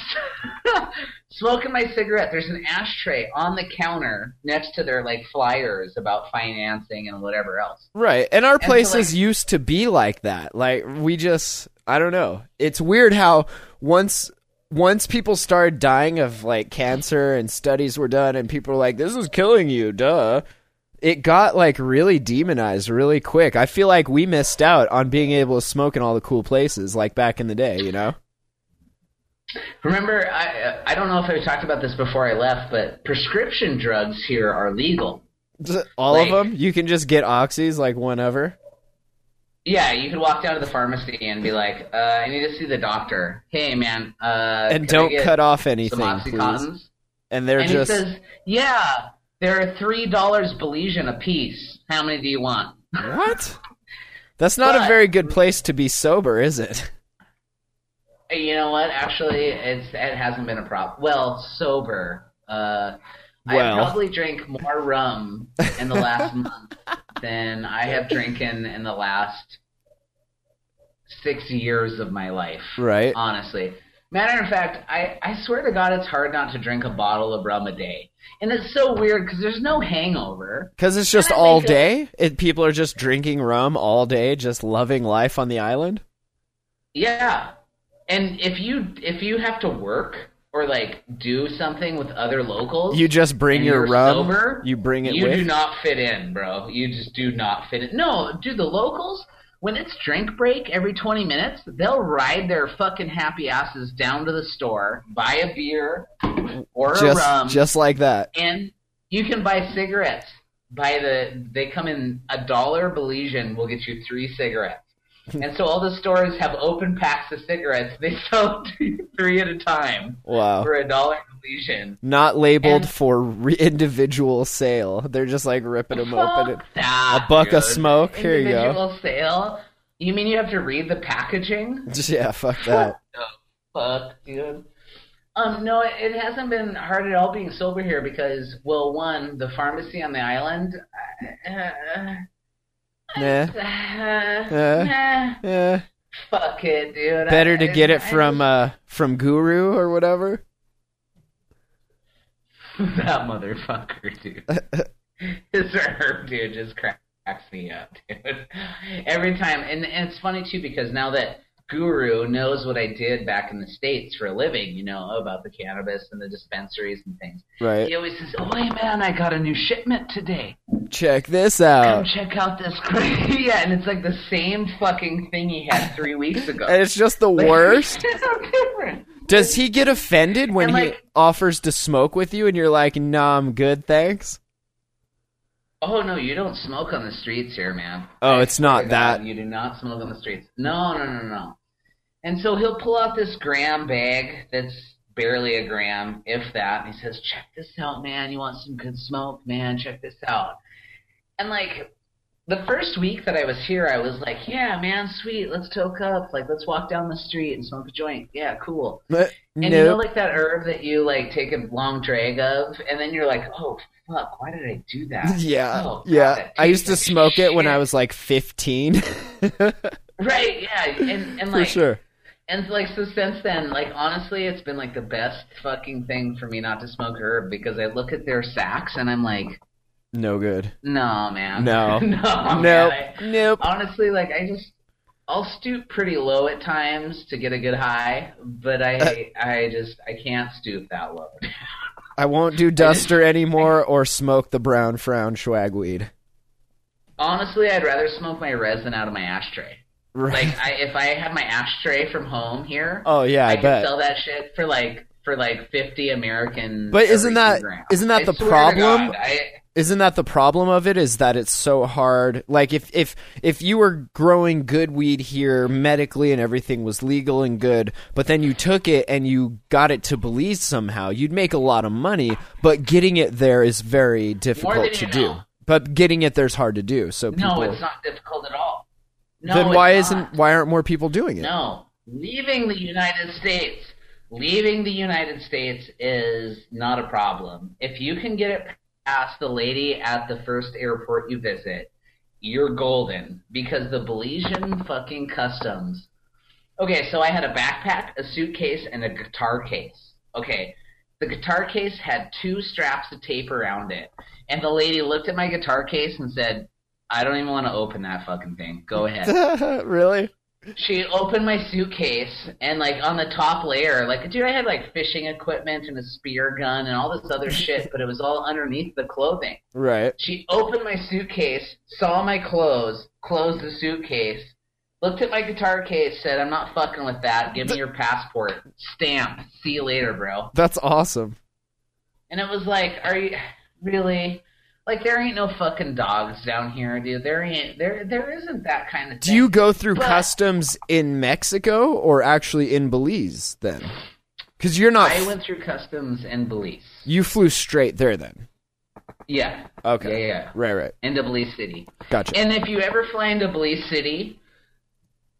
Speaker 7: Smoking my cigarette. There's an ashtray on the counter next to their like flyers about financing and whatever else.
Speaker 6: Right. And our
Speaker 7: so,
Speaker 6: places
Speaker 7: like-
Speaker 6: used to be like that. Like we just I don't know. It's weird how once once people started dying of like cancer and studies were done and people were like this is killing you, duh. It got like really demonized really quick. I feel like we missed out on being able to smoke in all the cool places like back in the day, you know?
Speaker 7: Remember, I I don't know if I talked about this before I left, but prescription drugs here are legal.
Speaker 6: All
Speaker 7: Like-
Speaker 6: of them, you can just get oxys like whenever.
Speaker 7: Yeah, you could walk down to the pharmacy and be like, uh, "I need to see the doctor." Hey, man, uh,
Speaker 6: And
Speaker 7: can I
Speaker 6: don't
Speaker 7: get
Speaker 6: cut off
Speaker 7: some
Speaker 6: anything, please.
Speaker 7: Oxycontins?
Speaker 6: And they're
Speaker 7: And
Speaker 6: just
Speaker 7: he says, "Yeah, they're three dollars Belizean a piece. How many do you want?"
Speaker 6: What? That's not a
Speaker 7: But-
Speaker 6: very good place to be sober, is it?
Speaker 7: You know what? Actually, it's it hasn't been a problem. Well, sober. Uh,
Speaker 6: Well.
Speaker 7: I probably drank more rum in the last month than I have drinking in the last six years of my life.
Speaker 6: Right.
Speaker 7: Honestly. Matter of fact, I, I swear to God, it's hard not to drink a bottle of rum a day. And it's so weird because there's no hangover.
Speaker 6: Because it's just
Speaker 7: I
Speaker 6: all
Speaker 7: wake up-
Speaker 6: day. It, people are just drinking rum all day, just loving life on the island.
Speaker 7: Yeah. And if you if you have to work or like do something with other locals,
Speaker 6: You just bring
Speaker 7: and
Speaker 6: your
Speaker 7: you're
Speaker 6: rum.
Speaker 7: sober,
Speaker 6: you bring it
Speaker 7: You
Speaker 6: with.
Speaker 7: do not fit in, bro. You just do not fit in. No, dude, the locals, when it's drink break every 20 minutes, they'll ride their fucking happy asses down to the store, buy a beer or a
Speaker 6: just,
Speaker 7: rum,
Speaker 6: just like that.
Speaker 7: and you can buy cigarettes. By the, they come in a dollar Belizean will get you three cigarettes. and so all the stores have open packs of cigarettes. They sell three at a time
Speaker 6: Wow.
Speaker 7: for a dollar a lesion.
Speaker 6: Not labeled
Speaker 7: And-
Speaker 6: for re- individual sale. They're just like ripping them open.
Speaker 7: Fuck that,
Speaker 6: a buck of
Speaker 7: dude.
Speaker 6: smoke, here you go.
Speaker 7: Individual sale. You mean you have to read the packaging?
Speaker 6: Just- yeah, fuck that.
Speaker 7: fuck, dude. Um, no, it, it hasn't been hard at all being sober here because, well, one, the pharmacy on the island. Uh,
Speaker 6: nah.
Speaker 7: uh,
Speaker 6: Uh.
Speaker 7: nah,
Speaker 6: Yeah.
Speaker 7: fuck it, dude.
Speaker 6: Better to
Speaker 7: I-
Speaker 6: get it
Speaker 7: I
Speaker 6: from uh from Guru or whatever.
Speaker 7: just- that motherfucker, dude. His herb, dude, just cracks me up, dude. Every time, and, and it's funny too because now that Guru knows what I did back in the states for a living, you know, about the cannabis and the dispensaries and things.
Speaker 6: Right.
Speaker 7: He always says, "Oh, hey man, I got a new shipment today.
Speaker 6: Check this
Speaker 7: Come
Speaker 6: out.
Speaker 7: check out this." crazy-" yeah, and it's like the same fucking thing he had three weeks ago.
Speaker 6: And it's just the
Speaker 7: Like,
Speaker 6: worst.
Speaker 7: it's so different.
Speaker 6: Does he get offended when
Speaker 7: And,
Speaker 6: he
Speaker 7: like-
Speaker 6: offers to smoke with you and you're like, "Nah, I'm good, thanks."
Speaker 7: Oh no, you don't smoke on the streets here, man.
Speaker 6: Oh, it's
Speaker 7: Oh
Speaker 6: not
Speaker 7: my
Speaker 6: that.
Speaker 7: God, you do not smoke on the streets. No, no, no, no. And so he'll pull out this gram bag that's barely a gram, if that. And he says, "Check this out, man. You want some good smoke, man? Check this out." And like the first week that I was here, I was like, "Yeah, man, sweet. Let's toke up. Like, let's walk down the street and smoke a joint. Yeah, cool."
Speaker 6: But
Speaker 7: And you know,
Speaker 6: no.
Speaker 7: like that herb that you like take a long drag of, and then you're like, "Oh fuck, why did I do that?"
Speaker 6: Yeah.
Speaker 7: Oh, God,
Speaker 6: yeah.
Speaker 7: that
Speaker 6: I used to
Speaker 7: tastes like
Speaker 6: smoke it when I
Speaker 7: shit.
Speaker 6: was like 15.
Speaker 7: right. Yeah, and and
Speaker 6: For
Speaker 7: like,
Speaker 6: sure.
Speaker 7: and like, so since then, like, honestly, it's been like the best fucking thing for me not to smoke herb because I look at their sacks and I'm like,
Speaker 6: No good.
Speaker 7: "No, man,
Speaker 6: No.
Speaker 7: no, man,
Speaker 6: nope.
Speaker 7: I-
Speaker 6: nope.
Speaker 7: honestly, like I just I'll stoop pretty low at times to get a good high, but I
Speaker 6: Uh,
Speaker 7: I just I can't stoop that low.
Speaker 6: I won't do duster anymore or smoke the brown frown swag weed.
Speaker 7: Honestly, I'd rather smoke my resin out of my ashtray.
Speaker 6: Right.
Speaker 7: Like, I, if I had my ashtray from home here,
Speaker 6: oh yeah, I,
Speaker 7: could
Speaker 6: bet.
Speaker 7: sell that shit for like for like fifty American.
Speaker 6: But isn't that-
Speaker 7: every gram.
Speaker 6: isn't that
Speaker 7: I
Speaker 6: the
Speaker 7: swear to
Speaker 6: problem?
Speaker 7: God, I,
Speaker 6: Isn't that the problem of it is that it's so hard. Like if if if you were growing good weed here medically and everything was legal and good, but then you took it and you got it to Belize somehow, you'd make a lot of money, but getting it there is very difficult to
Speaker 7: you know.
Speaker 6: do. But getting it there's hard to do. So people
Speaker 7: no, it's not difficult at all. No,
Speaker 6: Then
Speaker 7: it's
Speaker 6: why
Speaker 7: not.
Speaker 6: isn't why aren't more people doing it?
Speaker 7: No, leaving the United States, leaving the United States is not a problem. If you can get it past the lady at the first airport you visit, you're golden because the Belizean fucking customs. Okay, so I had a backpack, a suitcase, and a guitar case. Okay. The guitar case had two straps of tape around it. And the lady looked at my guitar case and said, I don't even want to open that fucking thing. Go ahead
Speaker 6: really?
Speaker 7: she opened my suitcase and like on the top layer like dude i had like fishing equipment and a spear gun and all this other shit but it was all underneath the clothing
Speaker 6: Right.
Speaker 7: she opened my suitcase saw my clothes closed the suitcase looked at my guitar case said i'm not fucking with that give me your passport stamp see you later bro
Speaker 6: That's awesome.
Speaker 7: and it was like are you really like there ain't no fucking dogs down here dude there ain't there there isn't that kind of
Speaker 6: Do you
Speaker 7: thing.
Speaker 6: go through
Speaker 7: But-
Speaker 6: customs in Mexico or actually in Belize then? Because you're not.
Speaker 7: i went through customs in belize
Speaker 6: you flew straight there then.
Speaker 7: Yeah.
Speaker 6: Okay.
Speaker 7: Yeah, yeah.
Speaker 6: Right, right.
Speaker 7: Into Belize City.
Speaker 6: Gotcha.
Speaker 7: And if you ever fly into Belize City,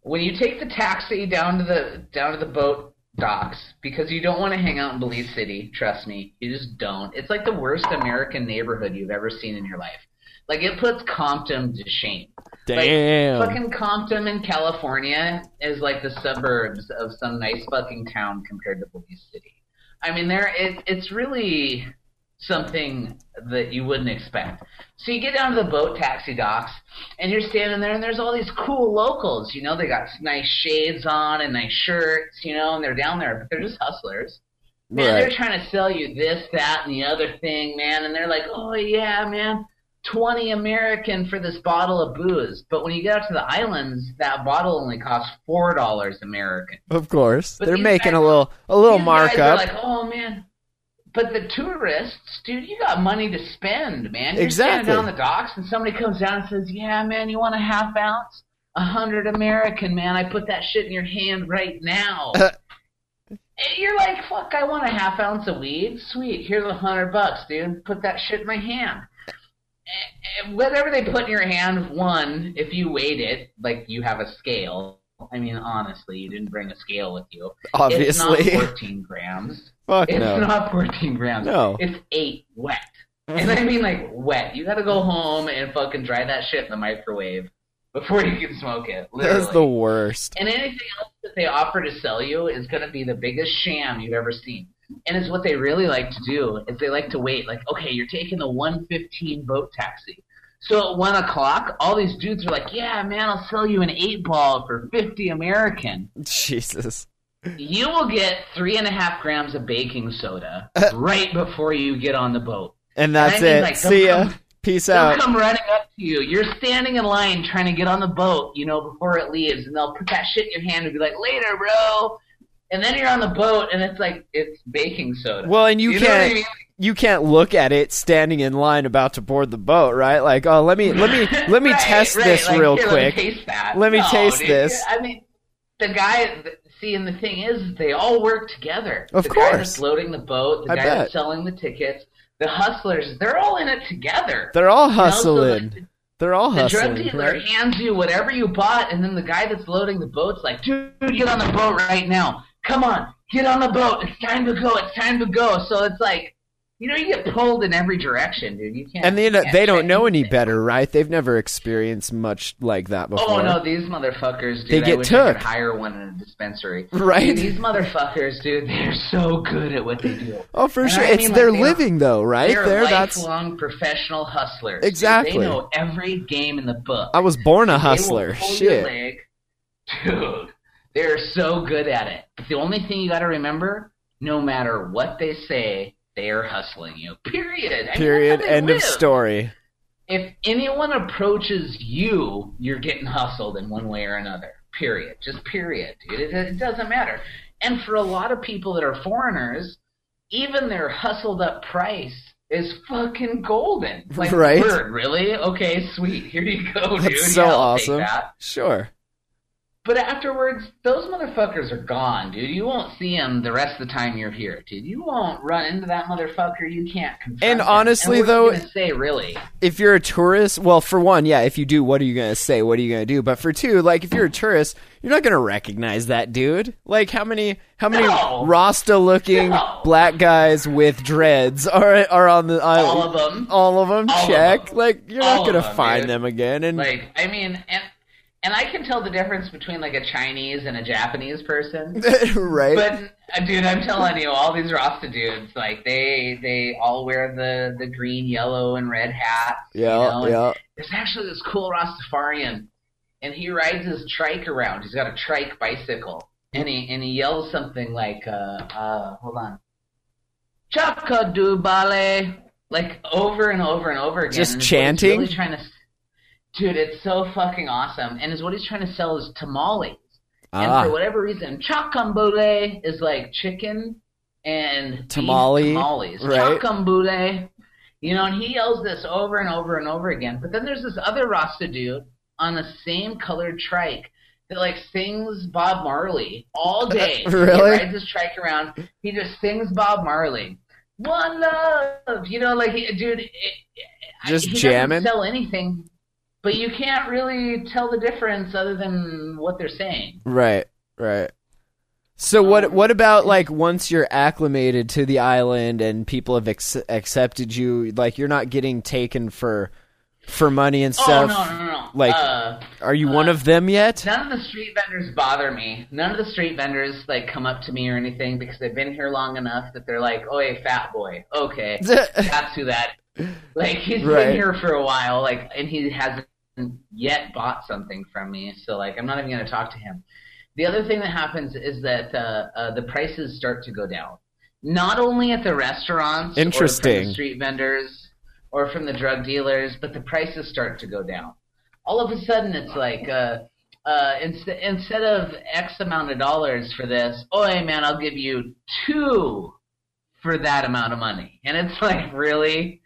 Speaker 7: when you take the taxi down to the down to the boat docks, because you don't want to hang out in Belize City, trust me, you just don't. It's like the worst American neighborhood you've ever seen in your life. Like it puts Compton to shame.
Speaker 6: Damn.
Speaker 7: Fucking Compton in California is like the suburbs of some nice fucking town compared to Belize City. I mean, there it, it's really something that you wouldn't expect. So you get down to the boat taxi docks, and you're standing there, and there's all these cool locals. You know, they got nice shades on and nice shirts. You know, and they're down there, but they're just hustlers. Man,
Speaker 6: right.
Speaker 7: they're trying to sell you this, that, and the other thing, man. And they're like, oh, yeah, man, 20 American for this bottle of booze. But when you get out to the islands, that bottle only costs $4 American.
Speaker 6: Of course.
Speaker 7: But
Speaker 6: They're
Speaker 7: these
Speaker 6: making
Speaker 7: guys-
Speaker 6: a little a little
Speaker 7: These guys are
Speaker 6: markup.
Speaker 7: like, oh, man. But the tourists, dude, you got money to spend, man. You're
Speaker 6: Exactly.
Speaker 7: standing down the docks, and somebody comes down and says, yeah, man, you want a half ounce? a hundred American, man. I put that shit in your hand right now.
Speaker 6: Uh,
Speaker 7: And you're like, fuck, I want a half ounce of weed. Sweet, here's a hundred bucks, dude. Put that shit in my hand. Eh, eh, Whatever they put in your hand, one, if you weigh it, like you have a scale. I mean, honestly, you didn't bring a scale with you.
Speaker 6: Obviously.
Speaker 7: It's not 14 grams.
Speaker 6: Fuck
Speaker 7: It's
Speaker 6: no.
Speaker 7: not 14 grams.
Speaker 6: No.
Speaker 7: It's eight wet. And I mean, like, wet. You gotta go home and fucking dry that shit in the microwave before you can smoke it. Literally.
Speaker 6: That's the worst.
Speaker 7: And anything else that they offer to sell you is going to be the biggest sham you've ever seen. And it's what they really like to do is they like to wait. Like, okay, you're taking the 115 boat taxi. So at one o'clock, all these dudes are like, "Yeah, man, I'll sell you an eight ball for 50 American.
Speaker 6: Jesus.
Speaker 7: You will get three and a half grams of baking soda
Speaker 6: Uh,
Speaker 7: right before you get on the boat."
Speaker 6: And that's
Speaker 7: I mean,
Speaker 6: it.
Speaker 7: like,
Speaker 6: See ya.
Speaker 7: they'll come-
Speaker 6: Peace
Speaker 7: They'll
Speaker 6: out.
Speaker 7: come running up to you. You're standing in line trying to get on the boat, you know, before it leaves, and they'll put that shit in your hand and be like, "Later, bro." And then you're on the boat, and it's like it's baking soda.
Speaker 6: Well, and you,
Speaker 7: You know what I
Speaker 6: can't
Speaker 7: mean?
Speaker 6: you can't look at it standing in line about to board the boat, right? Like, oh, let me let me let me
Speaker 7: Right,
Speaker 6: test
Speaker 7: right,
Speaker 6: this
Speaker 7: like,
Speaker 6: real
Speaker 7: here,
Speaker 6: quick.
Speaker 7: Let me taste that.
Speaker 6: Let me
Speaker 7: No,
Speaker 6: taste
Speaker 7: dude,
Speaker 6: this.
Speaker 7: I mean, the guy. See, and the thing is, they all work together.
Speaker 6: Of
Speaker 7: the guy
Speaker 6: course.
Speaker 7: that's loading the boat, the
Speaker 6: I
Speaker 7: guy
Speaker 6: bet.
Speaker 7: that's selling the tickets, the hustlers. They're all in it together.
Speaker 6: They're all
Speaker 7: You know, so, like,
Speaker 6: hustling. They're all
Speaker 7: The drug
Speaker 6: hustling.
Speaker 7: dealer
Speaker 6: right?
Speaker 7: hands you whatever you bought, and then the guy that's loading the boat's like, dude, get on the boat right now. Come on, get on the boat. It's time to go. It's time to go. So it's like, you know, you get pulled in every direction, dude. You can't.
Speaker 6: And they
Speaker 7: you
Speaker 6: don't,
Speaker 7: can't
Speaker 6: they don't know
Speaker 7: check
Speaker 6: any
Speaker 7: anything.
Speaker 6: better, right? They've never experienced much like that before.
Speaker 7: Oh no, these motherfuckers, dude.
Speaker 6: They
Speaker 7: I
Speaker 6: get
Speaker 7: wish I
Speaker 6: took.
Speaker 7: could hire one in a dispensary.
Speaker 6: Right.
Speaker 7: These motherfuckers, dude. They're so good at what they do.
Speaker 6: Oh, for
Speaker 7: And
Speaker 6: sure.
Speaker 7: I
Speaker 6: it's
Speaker 7: mean, like,
Speaker 6: their
Speaker 7: they don't-
Speaker 6: living, though, right?
Speaker 7: They're
Speaker 6: There, that's.
Speaker 7: lifelong professional hustlers. dude.
Speaker 6: Exactly.
Speaker 7: They know every game in the book.
Speaker 6: I was born a
Speaker 7: They will
Speaker 6: hustler.
Speaker 7: pull your
Speaker 6: Shit.
Speaker 7: leg. Dude, they're so good at it. But the only thing you got to remember, no matter what they say, they are hustling you. Period. I mean,
Speaker 6: Period.
Speaker 7: that's how they
Speaker 6: End
Speaker 7: live.
Speaker 6: of story.
Speaker 7: If anyone approaches you, you're getting hustled in one way or another. Period. Just period, dude. It, it doesn't matter. And for a lot of people that are foreigners, even their hustled up price is fucking golden. Like,
Speaker 6: Right.
Speaker 7: word, really? Okay, sweet. Here you go, dude.
Speaker 6: That's so
Speaker 7: Yeah, I'll take
Speaker 6: awesome.
Speaker 7: that.
Speaker 6: Sure.
Speaker 7: But afterwards, those motherfuckers are gone, dude. You won't see them the rest of the time you're here, dude. You won't run into that motherfucker. You can't confront
Speaker 6: And
Speaker 7: him.
Speaker 6: honestly,
Speaker 7: and what
Speaker 6: though-
Speaker 7: are you gonna say really,
Speaker 6: if you're a tourist, well, for one, yeah, if you do, what are you gonna say? What are you gonna do? But for two, like if you're a tourist, you're not gonna recognize that dude. Like how many how many
Speaker 7: No.
Speaker 6: Rasta looking
Speaker 7: No.
Speaker 6: black guys with dreads are are on the island?
Speaker 7: all of them.
Speaker 6: All of them.
Speaker 7: All of
Speaker 6: check.
Speaker 7: them.
Speaker 6: Like you're
Speaker 7: All
Speaker 6: not
Speaker 7: of
Speaker 6: gonna
Speaker 7: them,
Speaker 6: find
Speaker 7: dude.
Speaker 6: them again. And
Speaker 7: Like, I mean, and and I can tell the difference between like a Chinese and a Japanese person.
Speaker 6: right.
Speaker 7: But uh, dude, I'm telling you, all these Rasta dudes, like they they all wear the the green, yellow, and red hats. you
Speaker 6: yeah,
Speaker 7: know, and
Speaker 6: yeah.
Speaker 7: there's actually this cool Rastafarian, and he rides his trike around. He's got a trike bicycle, and he and he yells something like, uh, uh, hold on, Chaka du Bale, like over and over and over again.
Speaker 6: Just
Speaker 7: And it's what he's
Speaker 6: chanting?
Speaker 7: Really trying to, dude, it's so fucking awesome. And is what he's trying to sell is tamales. And
Speaker 6: Ah,
Speaker 7: for whatever reason, chacambule is like chicken and beef
Speaker 6: Tamale,
Speaker 7: tamales.
Speaker 6: right.
Speaker 7: Chacambule. You know, and he yells this over and over and over again. But then there's this other Rasta dude on the same colored trike that like sings Bob Marley all day.
Speaker 6: Really?
Speaker 7: He rides his trike around. He just sings Bob Marley. One love. You know, like, he- dude, it,
Speaker 6: just
Speaker 7: he
Speaker 6: jamming.
Speaker 7: doesn't sell anything. But you can't really tell the difference other than what they're saying.
Speaker 6: Right, right. So
Speaker 7: Oh,
Speaker 6: what what about like once you're acclimated to the island and people have ex- accepted you like you're not getting taken for for money and
Speaker 7: Oh
Speaker 6: stuff?
Speaker 7: no, no, no!
Speaker 6: like-
Speaker 7: uh,
Speaker 6: Are you one of them yet?
Speaker 7: none of the street vendors bother me. None of the street vendors like come up to me or anything because they've been here long enough that they're like, "Oh, hey, fat boy, okay, that's who that." Like he's
Speaker 6: Right.
Speaker 7: been here for a while, like, and he hasn't yet bought something from me, so like, I'm not even gonna talk to him. The other thing that happens is that uh, uh, the prices start to go down, not only at the restaurants, or from the
Speaker 6: Interesting.
Speaker 7: street vendors, or from the drug dealers, but the prices start to go down. All of a sudden, it's like uh, uh, inst- instead of X amount of dollars for this, oh hey, man, I'll give you two for that amount of money, and it's like really.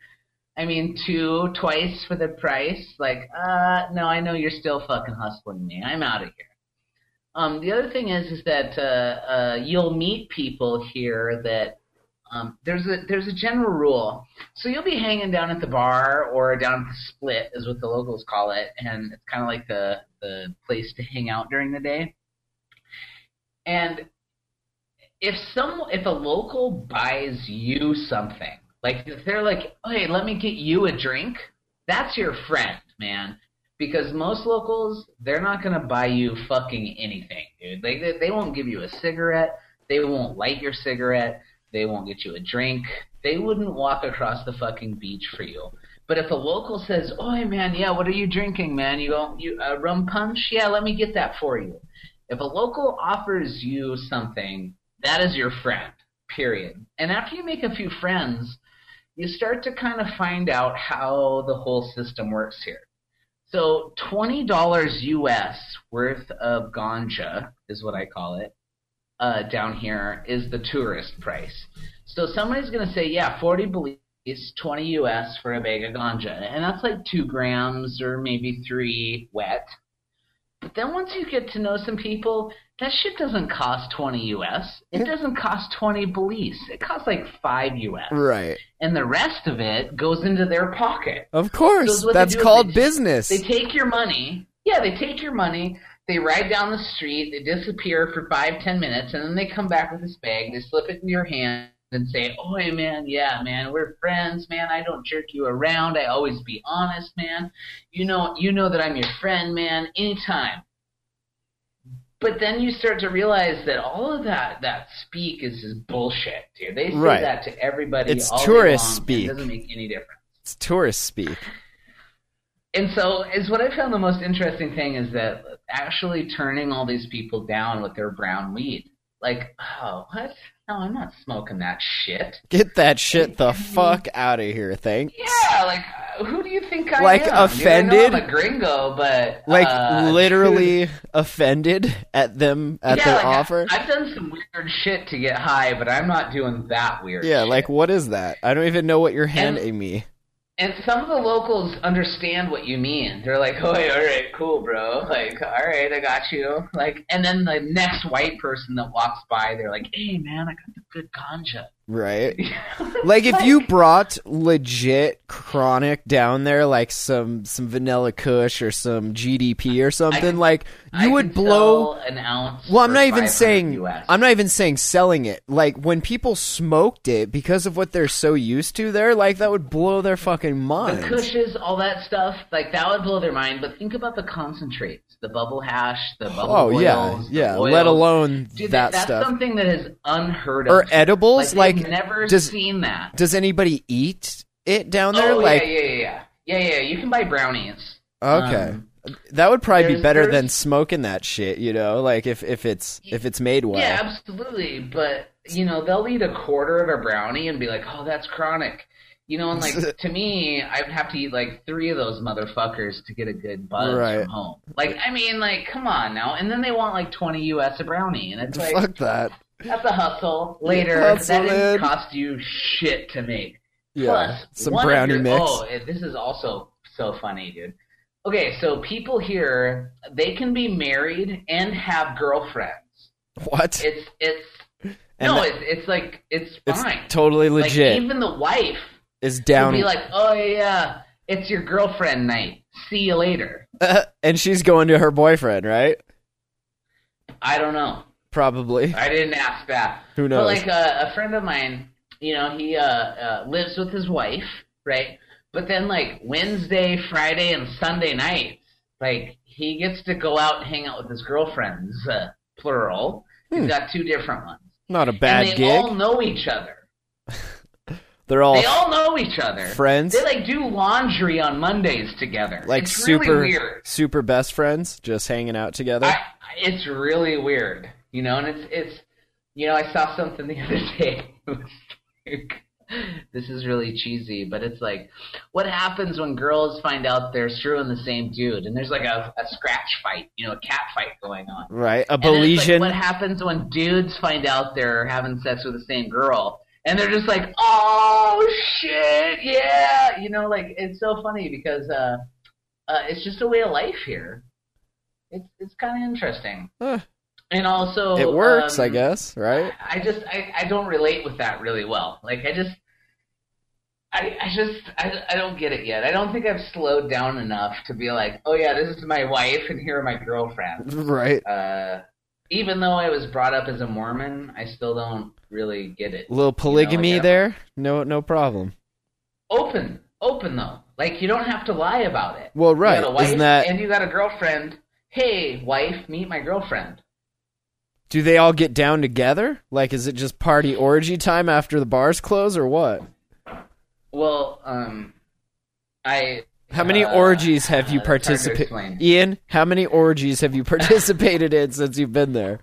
Speaker 7: I mean, two twice for the price. Like, uh, no, I know you're still fucking hustling me. I'm out of here. Um, the other thing is, is that uh, uh, you'll meet people here that um, there's a there's a general rule. So you'll be hanging down at the bar or down at the split, is what the locals call it, and it's kind of like the the place to hang out during the day. And if some if a local buys you something, like if they're like, "Hey, let me get you a drink," that's your friend, man. Because most locals, they're not gonna buy you fucking anything, dude. Like they, they won't give you a cigarette, they won't light your cigarette, they won't get you a drink, they wouldn't walk across the fucking beach for you. But if a local says, "Oh, hey, man, yeah, what are you drinking, man? You go, you uh, rum punch? Yeah, let me get that for you." If a local offers you something, that is your friend. Period. And after you make a few friends, you start to kind of find out how the whole system works here. So $20 US worth of ganja is what I call it. Uh, down here is the tourist price. So somebody's going to say, yeah, 40 Belize, 20 US for a bag of ganja. And that's like two grams or maybe three wet. But then once you get to know some people, that shit doesn't cost 20 US. It doesn't cost 20 Belize. It costs like 5 US
Speaker 6: Right.
Speaker 7: and the rest of it goes into their pocket.
Speaker 6: Of
Speaker 7: So
Speaker 6: course.
Speaker 7: what they
Speaker 6: That's
Speaker 7: do is
Speaker 6: called
Speaker 7: they-
Speaker 6: business.
Speaker 7: They take your money. Yeah, they take your money. They ride down the street. They disappear for five, ten minutes, and then they come back with this bag. They slip it in your hand and say, "Oh, hey, man, yeah, man, we're friends, man. I don't jerk you around. I always be honest, man. You know, you know that I'm your friend, man. Anytime." But then you start to realize that all of that that speak is just bullshit, dude. They say
Speaker 6: Right.
Speaker 7: that to everybody.
Speaker 6: It's
Speaker 7: all day
Speaker 6: tourist
Speaker 7: long, and
Speaker 6: speak.
Speaker 7: It doesn't make any difference.
Speaker 6: it's tourist speak.
Speaker 7: And so is what I found the most interesting thing is that actually turning all these people down with their brown weed. Like, oh, what? No, I'm not smoking that shit.
Speaker 6: Get that shit the fuck out of here, thanks.
Speaker 7: Yeah, like, uh, who do you think I
Speaker 6: Like,
Speaker 7: am? Dude, I
Speaker 6: offended?
Speaker 7: know I'm a gringo, but
Speaker 6: Like
Speaker 7: uh,
Speaker 6: literally offended at them at
Speaker 7: yeah,
Speaker 6: their
Speaker 7: like,
Speaker 6: offer.
Speaker 7: I've done some weird shit to get high, but I'm not doing that weird.
Speaker 6: yeah,
Speaker 7: shit.
Speaker 6: like what is that? I don't even know what you're handing me.
Speaker 7: And some of the locals understand what you mean. They're like, "Oh, yeah, all right, cool, bro. Like, all right, I got you." Like, and then the next white person that walks by, they're like, "Hey, man, I got the good ganja."
Speaker 6: Right? like if you brought legit chronic down there like some some vanilla kush or some GDP or something
Speaker 7: can-
Speaker 6: like
Speaker 7: I
Speaker 6: you would
Speaker 7: can
Speaker 6: blow
Speaker 7: sell an ounce.
Speaker 6: Well, I'm
Speaker 7: for
Speaker 6: not even
Speaker 7: 500
Speaker 6: saying
Speaker 7: US.
Speaker 6: I'm not even saying selling it. Like when people smoked it because of what they're so used to there, like that would blow their fucking
Speaker 7: the
Speaker 6: mind.
Speaker 7: cushes, all that stuff, like that would blow their mind. But think about the concentrates, the bubble hash, the bubble
Speaker 6: Oh
Speaker 7: oils,
Speaker 6: yeah,
Speaker 7: the
Speaker 6: yeah.
Speaker 7: oils.
Speaker 6: Let alone
Speaker 7: Dude,
Speaker 6: that
Speaker 7: that's
Speaker 6: stuff.
Speaker 7: something that is unheard of.
Speaker 6: Or edibles,
Speaker 7: Like, they've
Speaker 6: like,
Speaker 7: never
Speaker 6: does-
Speaker 7: seen that.
Speaker 6: Does anybody eat it down there?
Speaker 7: oh,
Speaker 6: like
Speaker 7: yeah, yeah, yeah, yeah, yeah, yeah. You can buy brownies.
Speaker 6: okay,
Speaker 7: Um,
Speaker 6: that would probably be
Speaker 7: there's-
Speaker 6: better than
Speaker 7: there's-
Speaker 6: smoking that shit. You know, like if if it's if it's made well.
Speaker 7: Yeah, absolutely. But you know, they'll eat a quarter of a brownie and be like, "Oh, that's chronic." You know, and like to me, I'd have to eat like three of those motherfuckers to get a good buzz
Speaker 6: Right.
Speaker 7: from home. Like, I mean, like, come on now. And then they want like twenty US a brownie, and it's like
Speaker 6: Fuck that.
Speaker 7: that's a hustle. Later,
Speaker 6: Hustle,
Speaker 7: that didn't
Speaker 6: man.
Speaker 7: cost you shit to make.
Speaker 6: Yeah,
Speaker 7: Plus,
Speaker 6: some
Speaker 7: one of
Speaker 6: brownie
Speaker 7: your-
Speaker 6: mix.
Speaker 7: Oh, and this is also so funny, dude. Okay, so people here they can be married and have girlfriends.
Speaker 6: What?
Speaker 7: It's it's
Speaker 6: And
Speaker 7: no,
Speaker 6: that-
Speaker 7: it's it's like it's
Speaker 6: it's
Speaker 7: fine.
Speaker 6: totally
Speaker 7: Like,
Speaker 6: legit.
Speaker 7: even the wife
Speaker 6: is
Speaker 7: would
Speaker 6: down
Speaker 7: be like, "Oh yeah, it's your girlfriend night. See you later."
Speaker 6: and she's going to her boyfriend, right?
Speaker 7: I don't know.
Speaker 6: Probably.
Speaker 7: I didn't ask that.
Speaker 6: Who
Speaker 7: But
Speaker 6: knows?
Speaker 7: like uh, a friend of mine, you know, he uh, uh, lives with his wife, right? But then like Wednesday, Friday, and Sunday nights, like he gets to go out and hang out with his girlfriends, uh, plural. He's got two different ones.
Speaker 6: Not a Hmm. bad
Speaker 7: and they
Speaker 6: gig.
Speaker 7: all know each other.
Speaker 6: They're all
Speaker 7: They all know each other.
Speaker 6: friends?
Speaker 7: They like do laundry on Mondays together.
Speaker 6: like
Speaker 7: it's
Speaker 6: super
Speaker 7: really weird.
Speaker 6: super best friends, just hanging out together.
Speaker 7: I, it's really weird, you know, and it's it's you know I saw something the other day. It was like, this is really cheesy, but it's like, what happens when girls find out they're screwing the same dude, and there's like a, a scratch fight, you know, a cat fight going on.
Speaker 6: right? A
Speaker 7: And then it's like,
Speaker 6: Belizean.
Speaker 7: what happens when dudes find out they're having sex with the same girl? And they're just like, oh shit, yeah, you know, like it's so funny because uh, uh, it's just a way of life here. It's it's kind of interesting,
Speaker 6: Huh.
Speaker 7: and also
Speaker 6: it works,
Speaker 7: um,
Speaker 6: I guess, right?
Speaker 7: I just I, I don't relate with that really well. Like I just I, I just I, I don't get it yet. I don't think I've slowed down enough to be like, oh yeah, this is my wife and here are my girlfriends.
Speaker 6: Right.
Speaker 7: Uh, even though I was brought up as a Mormon, I still don't really get it.
Speaker 6: little polygamy
Speaker 7: yeah.
Speaker 6: there. No, no problem.
Speaker 7: Open, open though. Like you don't have to lie about it.
Speaker 6: Well,
Speaker 7: You
Speaker 6: right.
Speaker 7: got a wife
Speaker 6: Isn't that?
Speaker 7: and you got a girlfriend. Hey, wife, meet my girlfriend.
Speaker 6: Do they all get down together? Like, is it just party orgy time after the bars close, or what?
Speaker 7: Well, um, I.
Speaker 6: How many
Speaker 7: uh,
Speaker 6: orgies have you
Speaker 7: uh, it's hard to
Speaker 6: participated?
Speaker 7: explain.
Speaker 6: Ian, how many orgies have you participated in since you've been there?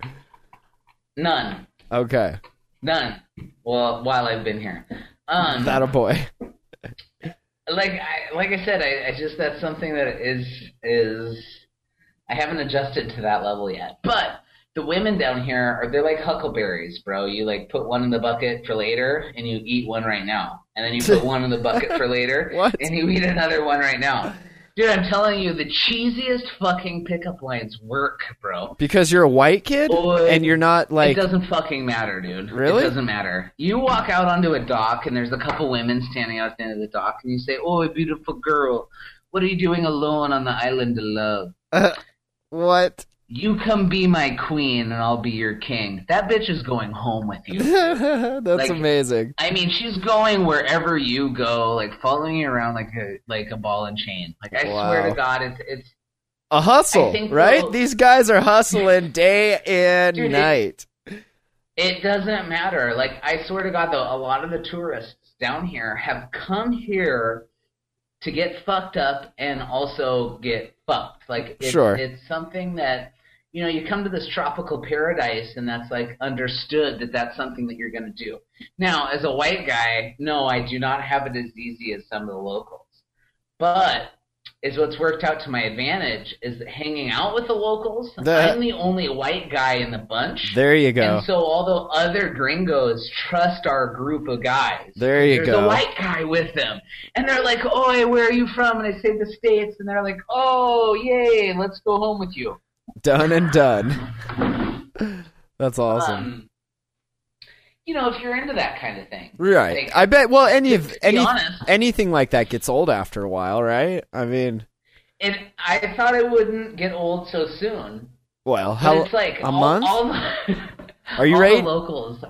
Speaker 7: None.
Speaker 6: Okay,
Speaker 7: None. Well, while I've been here, um,
Speaker 6: that a boy.
Speaker 7: like I, like I said, I, I just that's something that is is I haven't adjusted to that level yet. But the women down here are they're like huckleberries, bro. You like put one in the bucket for later, and you eat one right now, and then you put one in the bucket for later,
Speaker 6: What?
Speaker 7: and you eat another one right now. Dude, I'm telling you, the cheesiest fucking pickup lines work, bro.
Speaker 6: Because you're a white kid
Speaker 7: Boy,
Speaker 6: and you're not like
Speaker 7: it doesn't fucking matter, dude.
Speaker 6: Really?
Speaker 7: It doesn't matter. You walk out onto a dock and there's a couple women standing out at the end of the dock and you say, Oh, beautiful girl, what are you doing alone on the island of love?
Speaker 6: what.
Speaker 7: You come be my queen and I'll be your king. That bitch is going home with you.
Speaker 6: That's
Speaker 7: Like-
Speaker 6: amazing.
Speaker 7: I mean, she's going wherever you go, like following you around like a like a ball and chain. Like I
Speaker 6: Wow.
Speaker 7: swear to God, it's it's
Speaker 6: A
Speaker 7: I
Speaker 6: hustle,
Speaker 7: think
Speaker 6: right?
Speaker 7: so.
Speaker 6: These guys are hustling day and
Speaker 7: Dude, it-
Speaker 6: night.
Speaker 7: It doesn't matter. Like I swear to God, though, a lot of the tourists down here have come here to get fucked up and also get fucked. Like it's,
Speaker 6: Sure.
Speaker 7: it's something that you know you come to this tropical paradise and that's like understood that that's something that you're going to do. Now, as a white guy, no, I do not have it as easy as some of the locals, but. Is what's worked out to my advantage is hanging out with the locals.
Speaker 6: That-
Speaker 7: I'm the only white guy in the bunch.
Speaker 6: There you go.
Speaker 7: And so all the other gringos trust our group of guys.
Speaker 6: There you
Speaker 7: There's
Speaker 6: go.
Speaker 7: a white guy with them. And they're like, Oi, where are you from? And I say the States and they're like, Oh, yay, let's go home with you.
Speaker 6: done and done. That's awesome.
Speaker 7: Um, you know, if you're into that kind of thing.
Speaker 6: right.
Speaker 7: Like,
Speaker 6: I bet well any of
Speaker 7: be
Speaker 6: any
Speaker 7: honest.
Speaker 6: anything like that gets old after a while, right? I mean,
Speaker 7: and I thought it wouldn't get old so soon.
Speaker 6: well,
Speaker 7: But
Speaker 6: how
Speaker 7: it's like
Speaker 6: a
Speaker 7: all,
Speaker 6: month?
Speaker 7: All, the-
Speaker 6: Are you
Speaker 7: all
Speaker 6: ready?
Speaker 7: The locals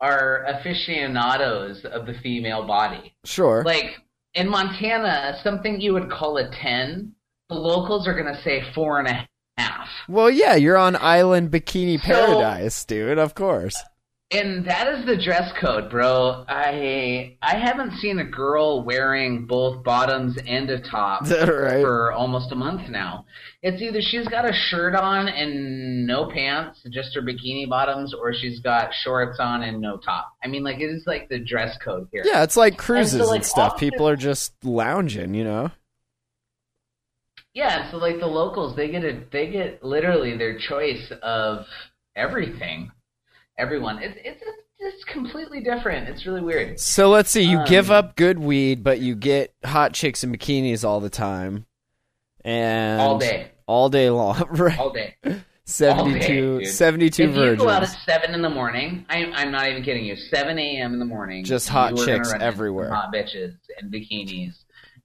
Speaker 7: are aficionados of the female body.
Speaker 6: sure.
Speaker 7: Like in Montana, something you would call a ten, the locals are gonna say four and a half.
Speaker 6: well, yeah, you're on island bikini
Speaker 7: So-
Speaker 6: paradise, dude, of course.
Speaker 7: And that is the dress code, bro. I I haven't seen a girl wearing both bottoms and a top
Speaker 6: Is that right?
Speaker 7: for almost a month now. It's either she's got a shirt on and no pants, just her bikini bottoms, or she's got shorts on and no top. I mean, like it is like the dress code here.
Speaker 6: Yeah, it's like cruises and,
Speaker 7: like,
Speaker 6: stuff.
Speaker 7: often-
Speaker 6: People are just lounging, you know.
Speaker 7: Yeah, so like the locals, they get a they get literally their choice of everything, everyone. It's it's it's completely different. It's really weird.
Speaker 6: So let's see, you
Speaker 7: Um,
Speaker 6: give up good weed, but you get hot chicks in bikinis all the time, and
Speaker 7: All day.
Speaker 6: all day long, right?
Speaker 7: All day.
Speaker 6: 72,
Speaker 7: All day, dude.
Speaker 6: 72
Speaker 7: If you
Speaker 6: virgins.
Speaker 7: go out at seven in the morning, I'm I'm not even kidding you. Seven a.m. in the morning,
Speaker 6: Just hot
Speaker 7: you are gonna
Speaker 6: chicks
Speaker 7: run into
Speaker 6: everywhere.
Speaker 7: some hot bitches and bikinis,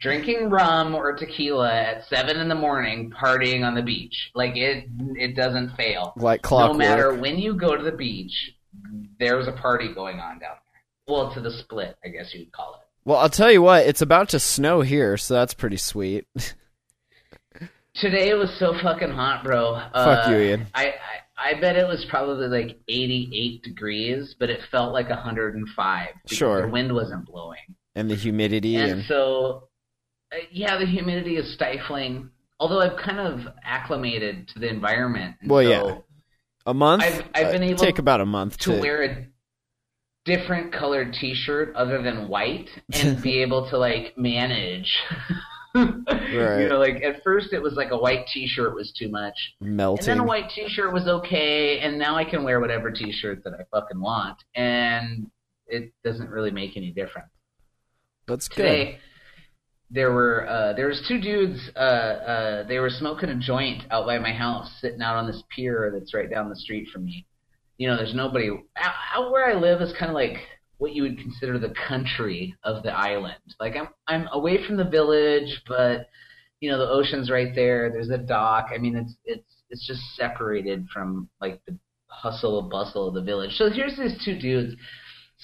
Speaker 7: drinking rum or tequila at seven in the morning, partying on the beach. Like it it doesn't fail.
Speaker 6: like clockwork.
Speaker 7: No matter when you go to the beach, there's a party going on down there. Well, to the split, I guess you'd call it.
Speaker 6: Well, I'll tell you what, it's about to snow here, so that's pretty sweet.
Speaker 7: Today it was so fucking hot, bro. Uh,
Speaker 6: Fuck you, Ian.
Speaker 7: I, I I bet it was probably like 88 degrees, but it felt like 105. because
Speaker 6: Sure.
Speaker 7: The wind wasn't blowing,
Speaker 6: and the humidity
Speaker 7: and
Speaker 6: and
Speaker 7: so uh, yeah, the humidity is stifling. Although I've kind of acclimated to the environment. and
Speaker 6: Well,
Speaker 7: so
Speaker 6: yeah. a month.
Speaker 7: I've- I've been
Speaker 6: uh,
Speaker 7: able
Speaker 6: take about a month
Speaker 7: to wear a different colored t-shirt other than white and be able to like manage you know like at first it was like a white t-shirt was too much and
Speaker 6: melting.
Speaker 7: then a white t-shirt was okay and now i can wear whatever t-shirt that i fucking want and it doesn't really make any difference
Speaker 6: that's good.
Speaker 7: today there were uh, there was two dudes. Uh, uh, they were smoking a joint out by my house, sitting out on this pier that's right down the street from me. You know, there's nobody out, out where I live is kind of like what you would consider the country of the island. Like I'm I'm away from the village, but you know the ocean's right there. There's a dock. I mean, it's it's it's just separated from like the hustle and bustle of the village. So here's these two dudes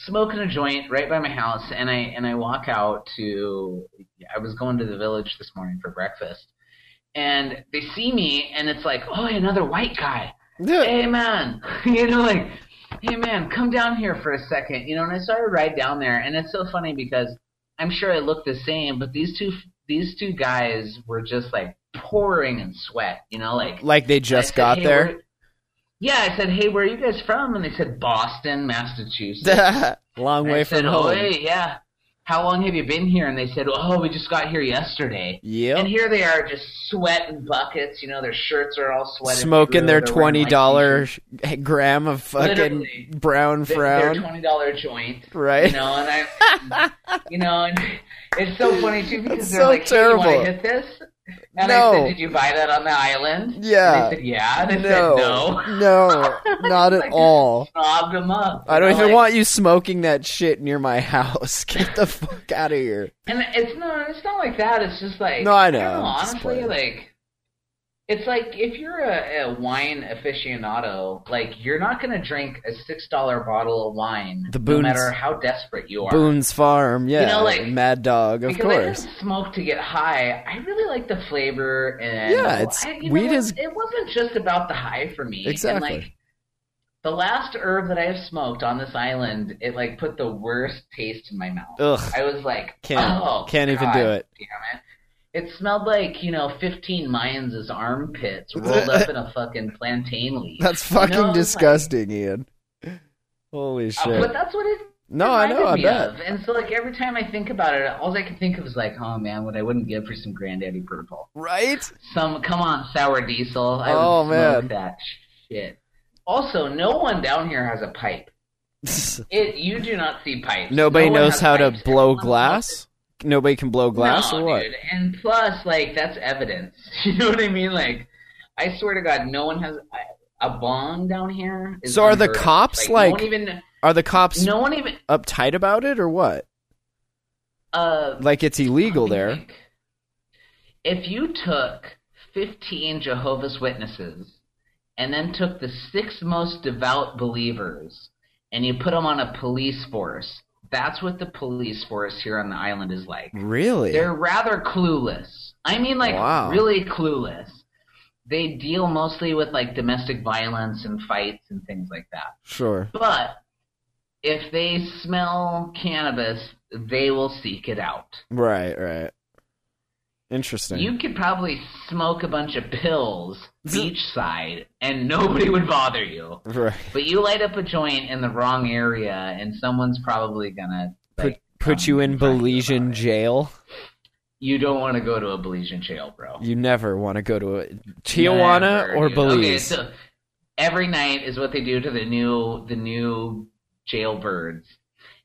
Speaker 7: smoking a joint right by my house and I and I walk out to I was going to the village this morning for breakfast and they see me and it's like, "Oh, another white guy." Hey man, you know like, "Hey man, come down here for a second. You know, and I started right down there and it's so funny because I'm sure I looked the same, but these two these two guys were just like pouring in sweat, you know, like
Speaker 6: Like they just
Speaker 7: I said,
Speaker 6: got
Speaker 7: "Hey,
Speaker 6: there.
Speaker 7: where-" Yeah, I said, "Hey, where are you guys from?" And they said, "Boston, Massachusetts."
Speaker 6: Long
Speaker 7: And I
Speaker 6: way
Speaker 7: said,
Speaker 6: from
Speaker 7: "Oh,
Speaker 6: home.
Speaker 7: hey, yeah. How long have you been here? And they said, oh, we just got here yesterday. And
Speaker 6: Yep.
Speaker 7: here they are, just sweating buckets. You know, their shirts are all sweated.
Speaker 6: Smoking
Speaker 7: through,
Speaker 6: their
Speaker 7: they're wearing
Speaker 6: twenty
Speaker 7: white
Speaker 6: dollar
Speaker 7: t-shirts.
Speaker 6: gram of fucking
Speaker 7: Literally.
Speaker 6: brown
Speaker 7: Their- their
Speaker 6: frown.
Speaker 7: twenty dollar joint,
Speaker 6: Right.
Speaker 7: You know, and I, you know, and it's so funny too because
Speaker 6: That's
Speaker 7: they're
Speaker 6: so
Speaker 7: like, "Hey, you
Speaker 6: terrible.
Speaker 7: want to hit this?" And I
Speaker 6: No.
Speaker 7: said, "Did you buy that on the island?"
Speaker 6: Yeah.
Speaker 7: And they said, "Yeah." And I said,
Speaker 6: No,
Speaker 7: "No."
Speaker 6: no, not at
Speaker 7: Like-
Speaker 6: all.
Speaker 7: Snobbed them up.
Speaker 6: I don't
Speaker 7: You know,
Speaker 6: even
Speaker 7: like-
Speaker 6: want you smoking that shit near my house. Get the fuck out of here.
Speaker 7: And it's not it's not like that. It's just like
Speaker 6: No, I know.
Speaker 7: don't
Speaker 6: I'm just
Speaker 7: honestly,
Speaker 6: playing.
Speaker 7: like it's like if you're a, a wine aficionado, like you're not gonna drink a six dollar bottle of wine,
Speaker 6: The
Speaker 7: no
Speaker 6: Boone's-
Speaker 7: matter how desperate you are.
Speaker 6: Boone's Farm, yeah,
Speaker 7: know, like-
Speaker 6: Mad Dog, of
Speaker 7: because I
Speaker 6: course.
Speaker 7: didn't smoke to get high. I really like the flavor and
Speaker 6: Yeah, it's-
Speaker 7: I, you
Speaker 6: weed
Speaker 7: know,
Speaker 6: is-
Speaker 7: It wasn't just about the high for me.
Speaker 6: Exactly.
Speaker 7: And like, the last herb that I have smoked on this island, it like put the worst taste in my mouth.
Speaker 6: Ugh,
Speaker 7: I was like,
Speaker 6: Can't-
Speaker 7: oh,
Speaker 6: can't even
Speaker 7: God
Speaker 6: do it.
Speaker 7: Damn it. It smelled like, you know, 15 Mayans' armpits rolled up in a fucking plantain leaf.
Speaker 6: that's fucking
Speaker 7: You know, like-
Speaker 6: disgusting, Ian. Holy
Speaker 7: Uh,
Speaker 6: shit!
Speaker 7: But that's what it
Speaker 6: no, I know,
Speaker 7: reminded
Speaker 6: I
Speaker 7: me
Speaker 6: bet.
Speaker 7: Of. And so, like, every time I think about it, all I can think of is, like, oh, man, what I wouldn't give for some Granddaddy Purple.
Speaker 6: Right?
Speaker 7: Some, come on, Sour Diesel. I would
Speaker 6: Oh,
Speaker 7: smoke
Speaker 6: man.
Speaker 7: that shit. Also, no one down here has a pipe. It You do not see pipes.
Speaker 6: Nobody
Speaker 7: No one
Speaker 6: knows
Speaker 7: has
Speaker 6: how to
Speaker 7: pipes.
Speaker 6: blow
Speaker 7: Everyone smokes
Speaker 6: glass. Nobody can blow glass
Speaker 7: no,
Speaker 6: or what?
Speaker 7: Dude. And plus, like, that's evidence. You know what I mean? Like, I swear to God, no one has a bong down here. is
Speaker 6: So are the
Speaker 7: unheard of.
Speaker 6: cops,
Speaker 7: no one
Speaker 6: like-
Speaker 7: even,
Speaker 6: Are the cops
Speaker 7: no one even,
Speaker 6: uptight about it or what?
Speaker 7: uh,
Speaker 6: Like it's illegal there.
Speaker 7: think. If you took 15 Jehovah's Witnesses and then took the six most devout believers and you put them on a police force, that's what the police force here on the island is like.
Speaker 6: Really?
Speaker 7: They're rather clueless. I mean, like,
Speaker 6: Wow.
Speaker 7: really clueless. They deal mostly with, like, domestic violence and fights and things like that.
Speaker 6: Sure.
Speaker 7: But if they smell cannabis, they will seek it out.
Speaker 6: Right, right. Interesting.
Speaker 7: You could probably smoke a bunch of pills beachside, and nobody would bother you.
Speaker 6: right.
Speaker 7: But you light up a joint in the wrong area, and someone's probably gonna
Speaker 6: Put
Speaker 7: like, um,
Speaker 6: put
Speaker 7: come
Speaker 6: you in
Speaker 7: and find
Speaker 6: Belizean
Speaker 7: about it.
Speaker 6: jail.
Speaker 7: You don't want to go to a Belizean jail, bro.
Speaker 6: You never want to go to a Tijuana
Speaker 7: Never,
Speaker 6: or
Speaker 7: dude. Okay,
Speaker 6: Belize.
Speaker 7: so every night is what they do to the new the new jailbirds.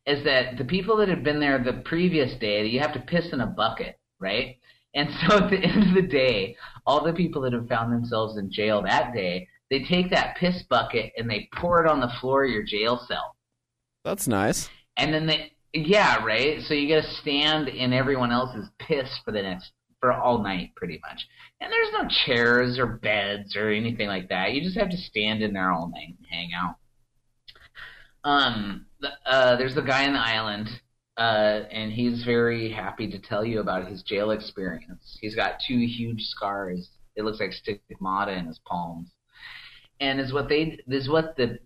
Speaker 7: Is that the people that had been there the previous day? You have to piss in a bucket, right? And so at the end of the day, all the people that have found themselves in jail that day, they take that piss bucket and they pour it on the floor of your jail cell.
Speaker 6: That's nice.
Speaker 7: And then they, yeah, right. So you got to stand in everyone else's piss for the next for all night, pretty much. And there's no chairs or beds or anything like that. You just have to stand in there all night and hang out. Um, the, uh, there's the guy on the island, uh, and he's very happy to tell you about his jail experience. He's got two huge scars. It looks like stigmata in his palms. And is what they is what the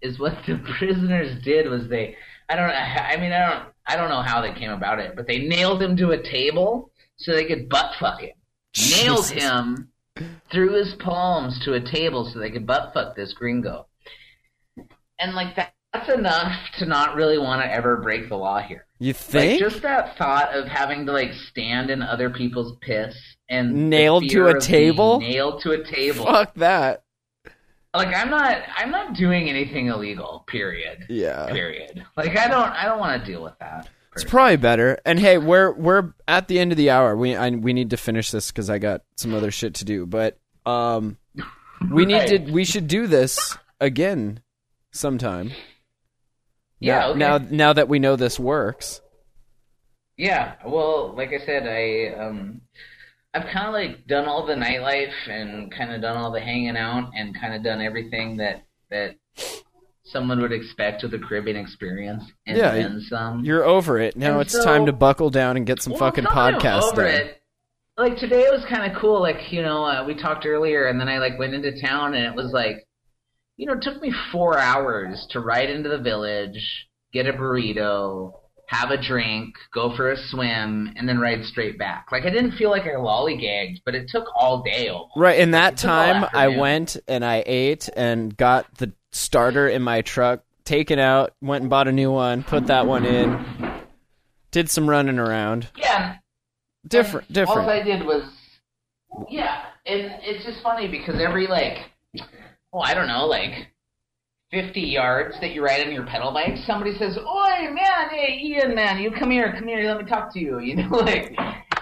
Speaker 7: is what the prisoners did was they I don't I mean I don't I don't know how they came about it, but they nailed him to a table so they could butt fuck him. Nailed
Speaker 6: Jesus.
Speaker 7: him through his palms to a table so they could butt fuck this gringo. And like that, that's enough to not really want to ever break the law here.
Speaker 6: You think?
Speaker 7: Like just that thought of having to like stand in other people's piss and the
Speaker 6: Nailed to
Speaker 7: fear
Speaker 6: a
Speaker 7: of being
Speaker 6: table?
Speaker 7: nailed to a table.
Speaker 6: Fuck that.
Speaker 7: Like I'm not I'm not doing anything illegal. Period.
Speaker 6: Yeah.
Speaker 7: Period. Like I don't I don't want to deal with that.
Speaker 6: It's probably better. And hey, we're we're at the end of the hour. We I, we need to finish this because I got some other shit to do. But um, we need to. We should do this again sometime.
Speaker 7: Yeah.
Speaker 6: Now-
Speaker 7: okay.
Speaker 6: Now now that we know this works.
Speaker 7: Yeah, well, like I said, I um, I've kind of like done all the nightlife and kind of done all the hanging out and kind of done everything that that someone would expect with a Caribbean experience and
Speaker 6: Yeah,
Speaker 7: then some.
Speaker 6: You're over it. Now
Speaker 7: And
Speaker 6: it's
Speaker 7: so-
Speaker 6: time to buckle down and get some
Speaker 7: Well,
Speaker 6: fucking
Speaker 7: some of them
Speaker 6: podcast
Speaker 7: over
Speaker 6: done.
Speaker 7: it. Like today was kind of cool. Like you know, uh, we talked earlier, and then I like went into town, and it was like, you know, it took me four hours to ride into the village, get a burrito, have a drink, go for a swim, and then ride straight back. Like I didn't feel like I lollygagged, but it took all day. almost.
Speaker 6: Right, in that
Speaker 7: took all
Speaker 6: time, I
Speaker 7: afternoon.
Speaker 6: went and I ate and got the starter in my truck, taken out, went and bought a new one, put that one in, did some running around.
Speaker 7: Yeah,
Speaker 6: Different,
Speaker 7: All I
Speaker 6: different.
Speaker 7: did was, yeah, and it's just funny because every like, oh, I don't know, like. 50 yards that you ride on your pedal bike, somebody says, Oi, man, hey, Ian, man, you come here, come here, let me talk to you. You know, like,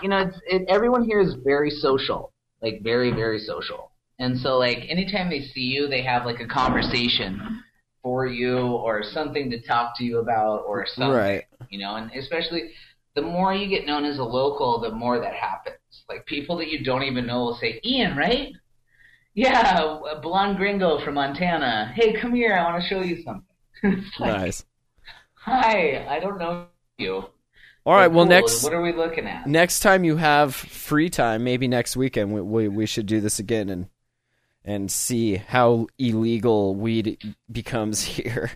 Speaker 7: you know, it's, it, everyone here is very social, like, very, very social. And so, like, anytime they see you, they have, like, a conversation for you or something to talk to you about or something.
Speaker 6: Right.
Speaker 7: You know, and especially the more you get known as a local, the more that happens. Like, people that you don't even know will say, Ian, right? Yeah, a blonde gringo from Montana. Hey, come here. I want to show you something. It's like,
Speaker 6: Nice.
Speaker 7: Hi, I don't know you.
Speaker 6: All right, well
Speaker 7: Cool,
Speaker 6: next
Speaker 7: What are we looking at?
Speaker 6: next time you have free time, maybe next weekend we we, we should do this again and and see how illegal weed becomes here.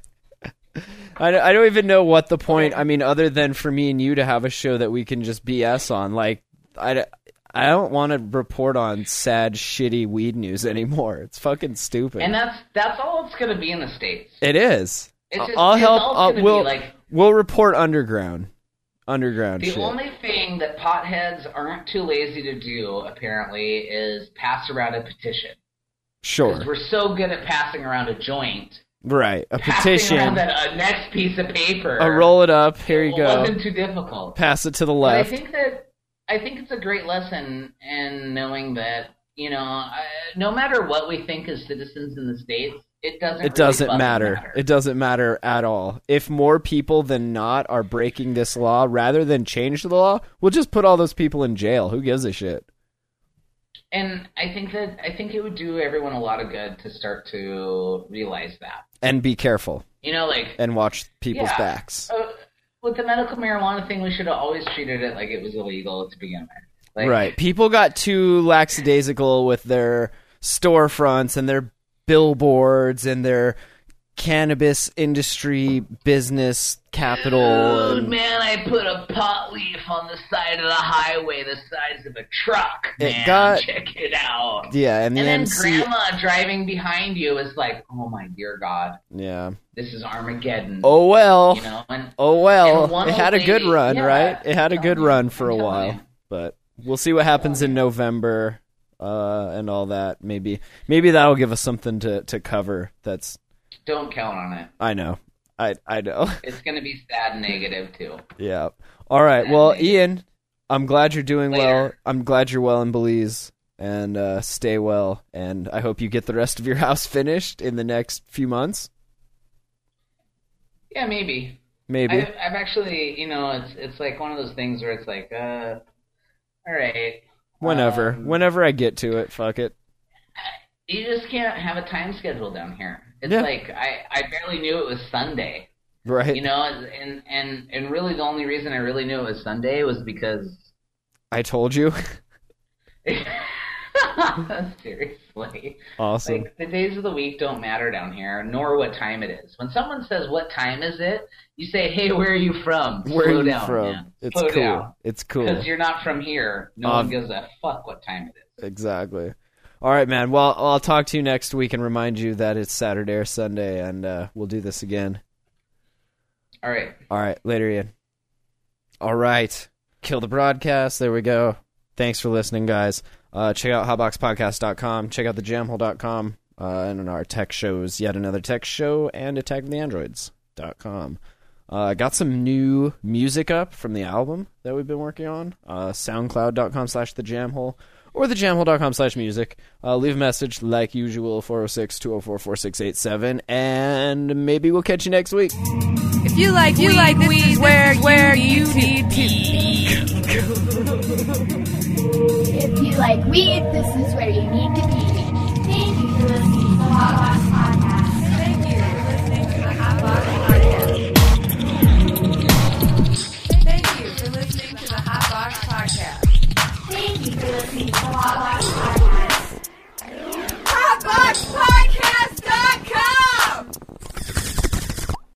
Speaker 6: I, don't- I don't even know what the point. I mean, other than for me and you to have a show that we can just BS on, like I, d- I don't want to report on sad, shitty weed news anymore. It's fucking stupid.
Speaker 7: And that's that's all it's gonna be in the states.
Speaker 6: it is.
Speaker 7: It's just,
Speaker 6: I'll
Speaker 7: it's
Speaker 6: help.
Speaker 7: all
Speaker 6: I'll-
Speaker 7: gonna
Speaker 6: we'll
Speaker 7: be like
Speaker 6: we'll report underground, underground
Speaker 7: the
Speaker 6: shit.
Speaker 7: only thing that potheads aren't too lazy to do apparently is pass around a petition. 'Cause
Speaker 6: sure,
Speaker 7: We're so good at passing around a joint,
Speaker 6: right? A
Speaker 7: passing
Speaker 6: petition.
Speaker 7: around that uh, next piece of paper.
Speaker 6: Uh, roll it up. Here you
Speaker 7: It
Speaker 6: go.
Speaker 7: Wasn't too difficult.
Speaker 6: Pass it to the
Speaker 7: But I
Speaker 6: left.
Speaker 7: think that I think it's a great lesson in knowing that you know, I, no matter what we think as citizens in the states, it doesn't. really
Speaker 6: It doesn't
Speaker 7: fucking
Speaker 6: matter. It doesn't matter at all. If more people than not are breaking this law, rather than change the law, we'll just put all those people in jail. Who gives a shit?
Speaker 7: and I think that I think it would do everyone a lot of good to start to realize that.
Speaker 6: And be careful
Speaker 7: You know, like
Speaker 6: and watch people's
Speaker 7: Yeah.
Speaker 6: backs.
Speaker 7: uh, with the medical marijuana thing, we should have always treated it like it was illegal to begin with. Like,
Speaker 6: right. People got too lackadaisical with their storefronts and their billboards and their cannabis industry business capital.
Speaker 7: Dude,
Speaker 6: and-
Speaker 7: man, I put a pot leaf on the side of the highway the size of a truck.
Speaker 6: It
Speaker 7: Man,
Speaker 6: got-
Speaker 7: check it out.
Speaker 6: yeah, and the
Speaker 7: And then
Speaker 6: MC.
Speaker 7: grandma driving behind you is like, "Oh my dear God,
Speaker 6: yeah.
Speaker 7: this is Armageddon."
Speaker 6: Oh well.
Speaker 7: you know, and
Speaker 6: Oh well,
Speaker 7: And one
Speaker 6: it
Speaker 7: old
Speaker 6: had a good
Speaker 7: lady-
Speaker 6: run,
Speaker 7: yeah.
Speaker 6: right? It had a good run for a
Speaker 7: I'm telling
Speaker 6: while,
Speaker 7: you.
Speaker 6: but we'll see what happens in November uh, and all that. Maybe maybe that'll give us something to, to cover. That's
Speaker 7: don't count on it.
Speaker 6: I know, I I know.
Speaker 7: It's gonna be sad and negative too.
Speaker 6: yeah. All right. Well, Ian, I'm glad you're doing well.
Speaker 7: Later.
Speaker 6: I'm glad you're well in Belize, and uh, stay well. And I hope you get the rest of your house finished in the next few months.
Speaker 7: Yeah, maybe.
Speaker 6: Maybe.
Speaker 7: I've, I've actually, you know, it's it's like one of those things where it's like, uh, all right,
Speaker 6: Whenever,
Speaker 7: um,
Speaker 6: whenever I get to it, fuck it.
Speaker 7: you just can't have a time schedule down here. It's
Speaker 6: Yeah.
Speaker 7: like I I barely knew it was Sunday,
Speaker 6: Right.
Speaker 7: you know, and and and really the only reason I really knew it was Sunday was because
Speaker 6: I told you.
Speaker 7: seriously.
Speaker 6: awesome.
Speaker 7: Like the days of the week don't matter down here, nor what time it is. When someone says what time is it, you say, "Hey, where are you from?"
Speaker 6: Where
Speaker 7: Slow
Speaker 6: are you
Speaker 7: down,
Speaker 6: from?
Speaker 7: man.
Speaker 6: It's
Speaker 7: Slow
Speaker 6: cool.
Speaker 7: down.
Speaker 6: It's
Speaker 7: Because
Speaker 6: cool.
Speaker 7: you're not from here, no
Speaker 6: Um,
Speaker 7: one gives a fuck what time it is.
Speaker 6: Exactly. All right, man. Well, I'll talk to you next week and remind you that it's Saturday or Sunday, and uh, we'll do this again.
Speaker 7: All right,
Speaker 6: All right, later, Ian. All right, kill the broadcast. There we go. Thanks for listening, guys. Uh, check out hotboxpodcast.com. Check out thejamhole.com. Uh, and on our tech shows, yet another tech show, and attackoftheandroids.com. Uh, I got some new music up from the album that we've been working on. Uh, SoundCloud.com slash The Jam Hole or thejamhole.com slash music. Uh, leave a message like usual, 406 204 4687, and maybe we'll catch you next week.
Speaker 1: If you like, you like, this is where, where you need to be.
Speaker 8: If you like weed, this is where you need to be. Thank you for listening to the Hot Box Podcast.
Speaker 1: Thank you for listening to the Hot Box Podcast. Thank you for listening to the Hot Box Podcast.
Speaker 8: Thank you for listening to the Hot Box Podcast.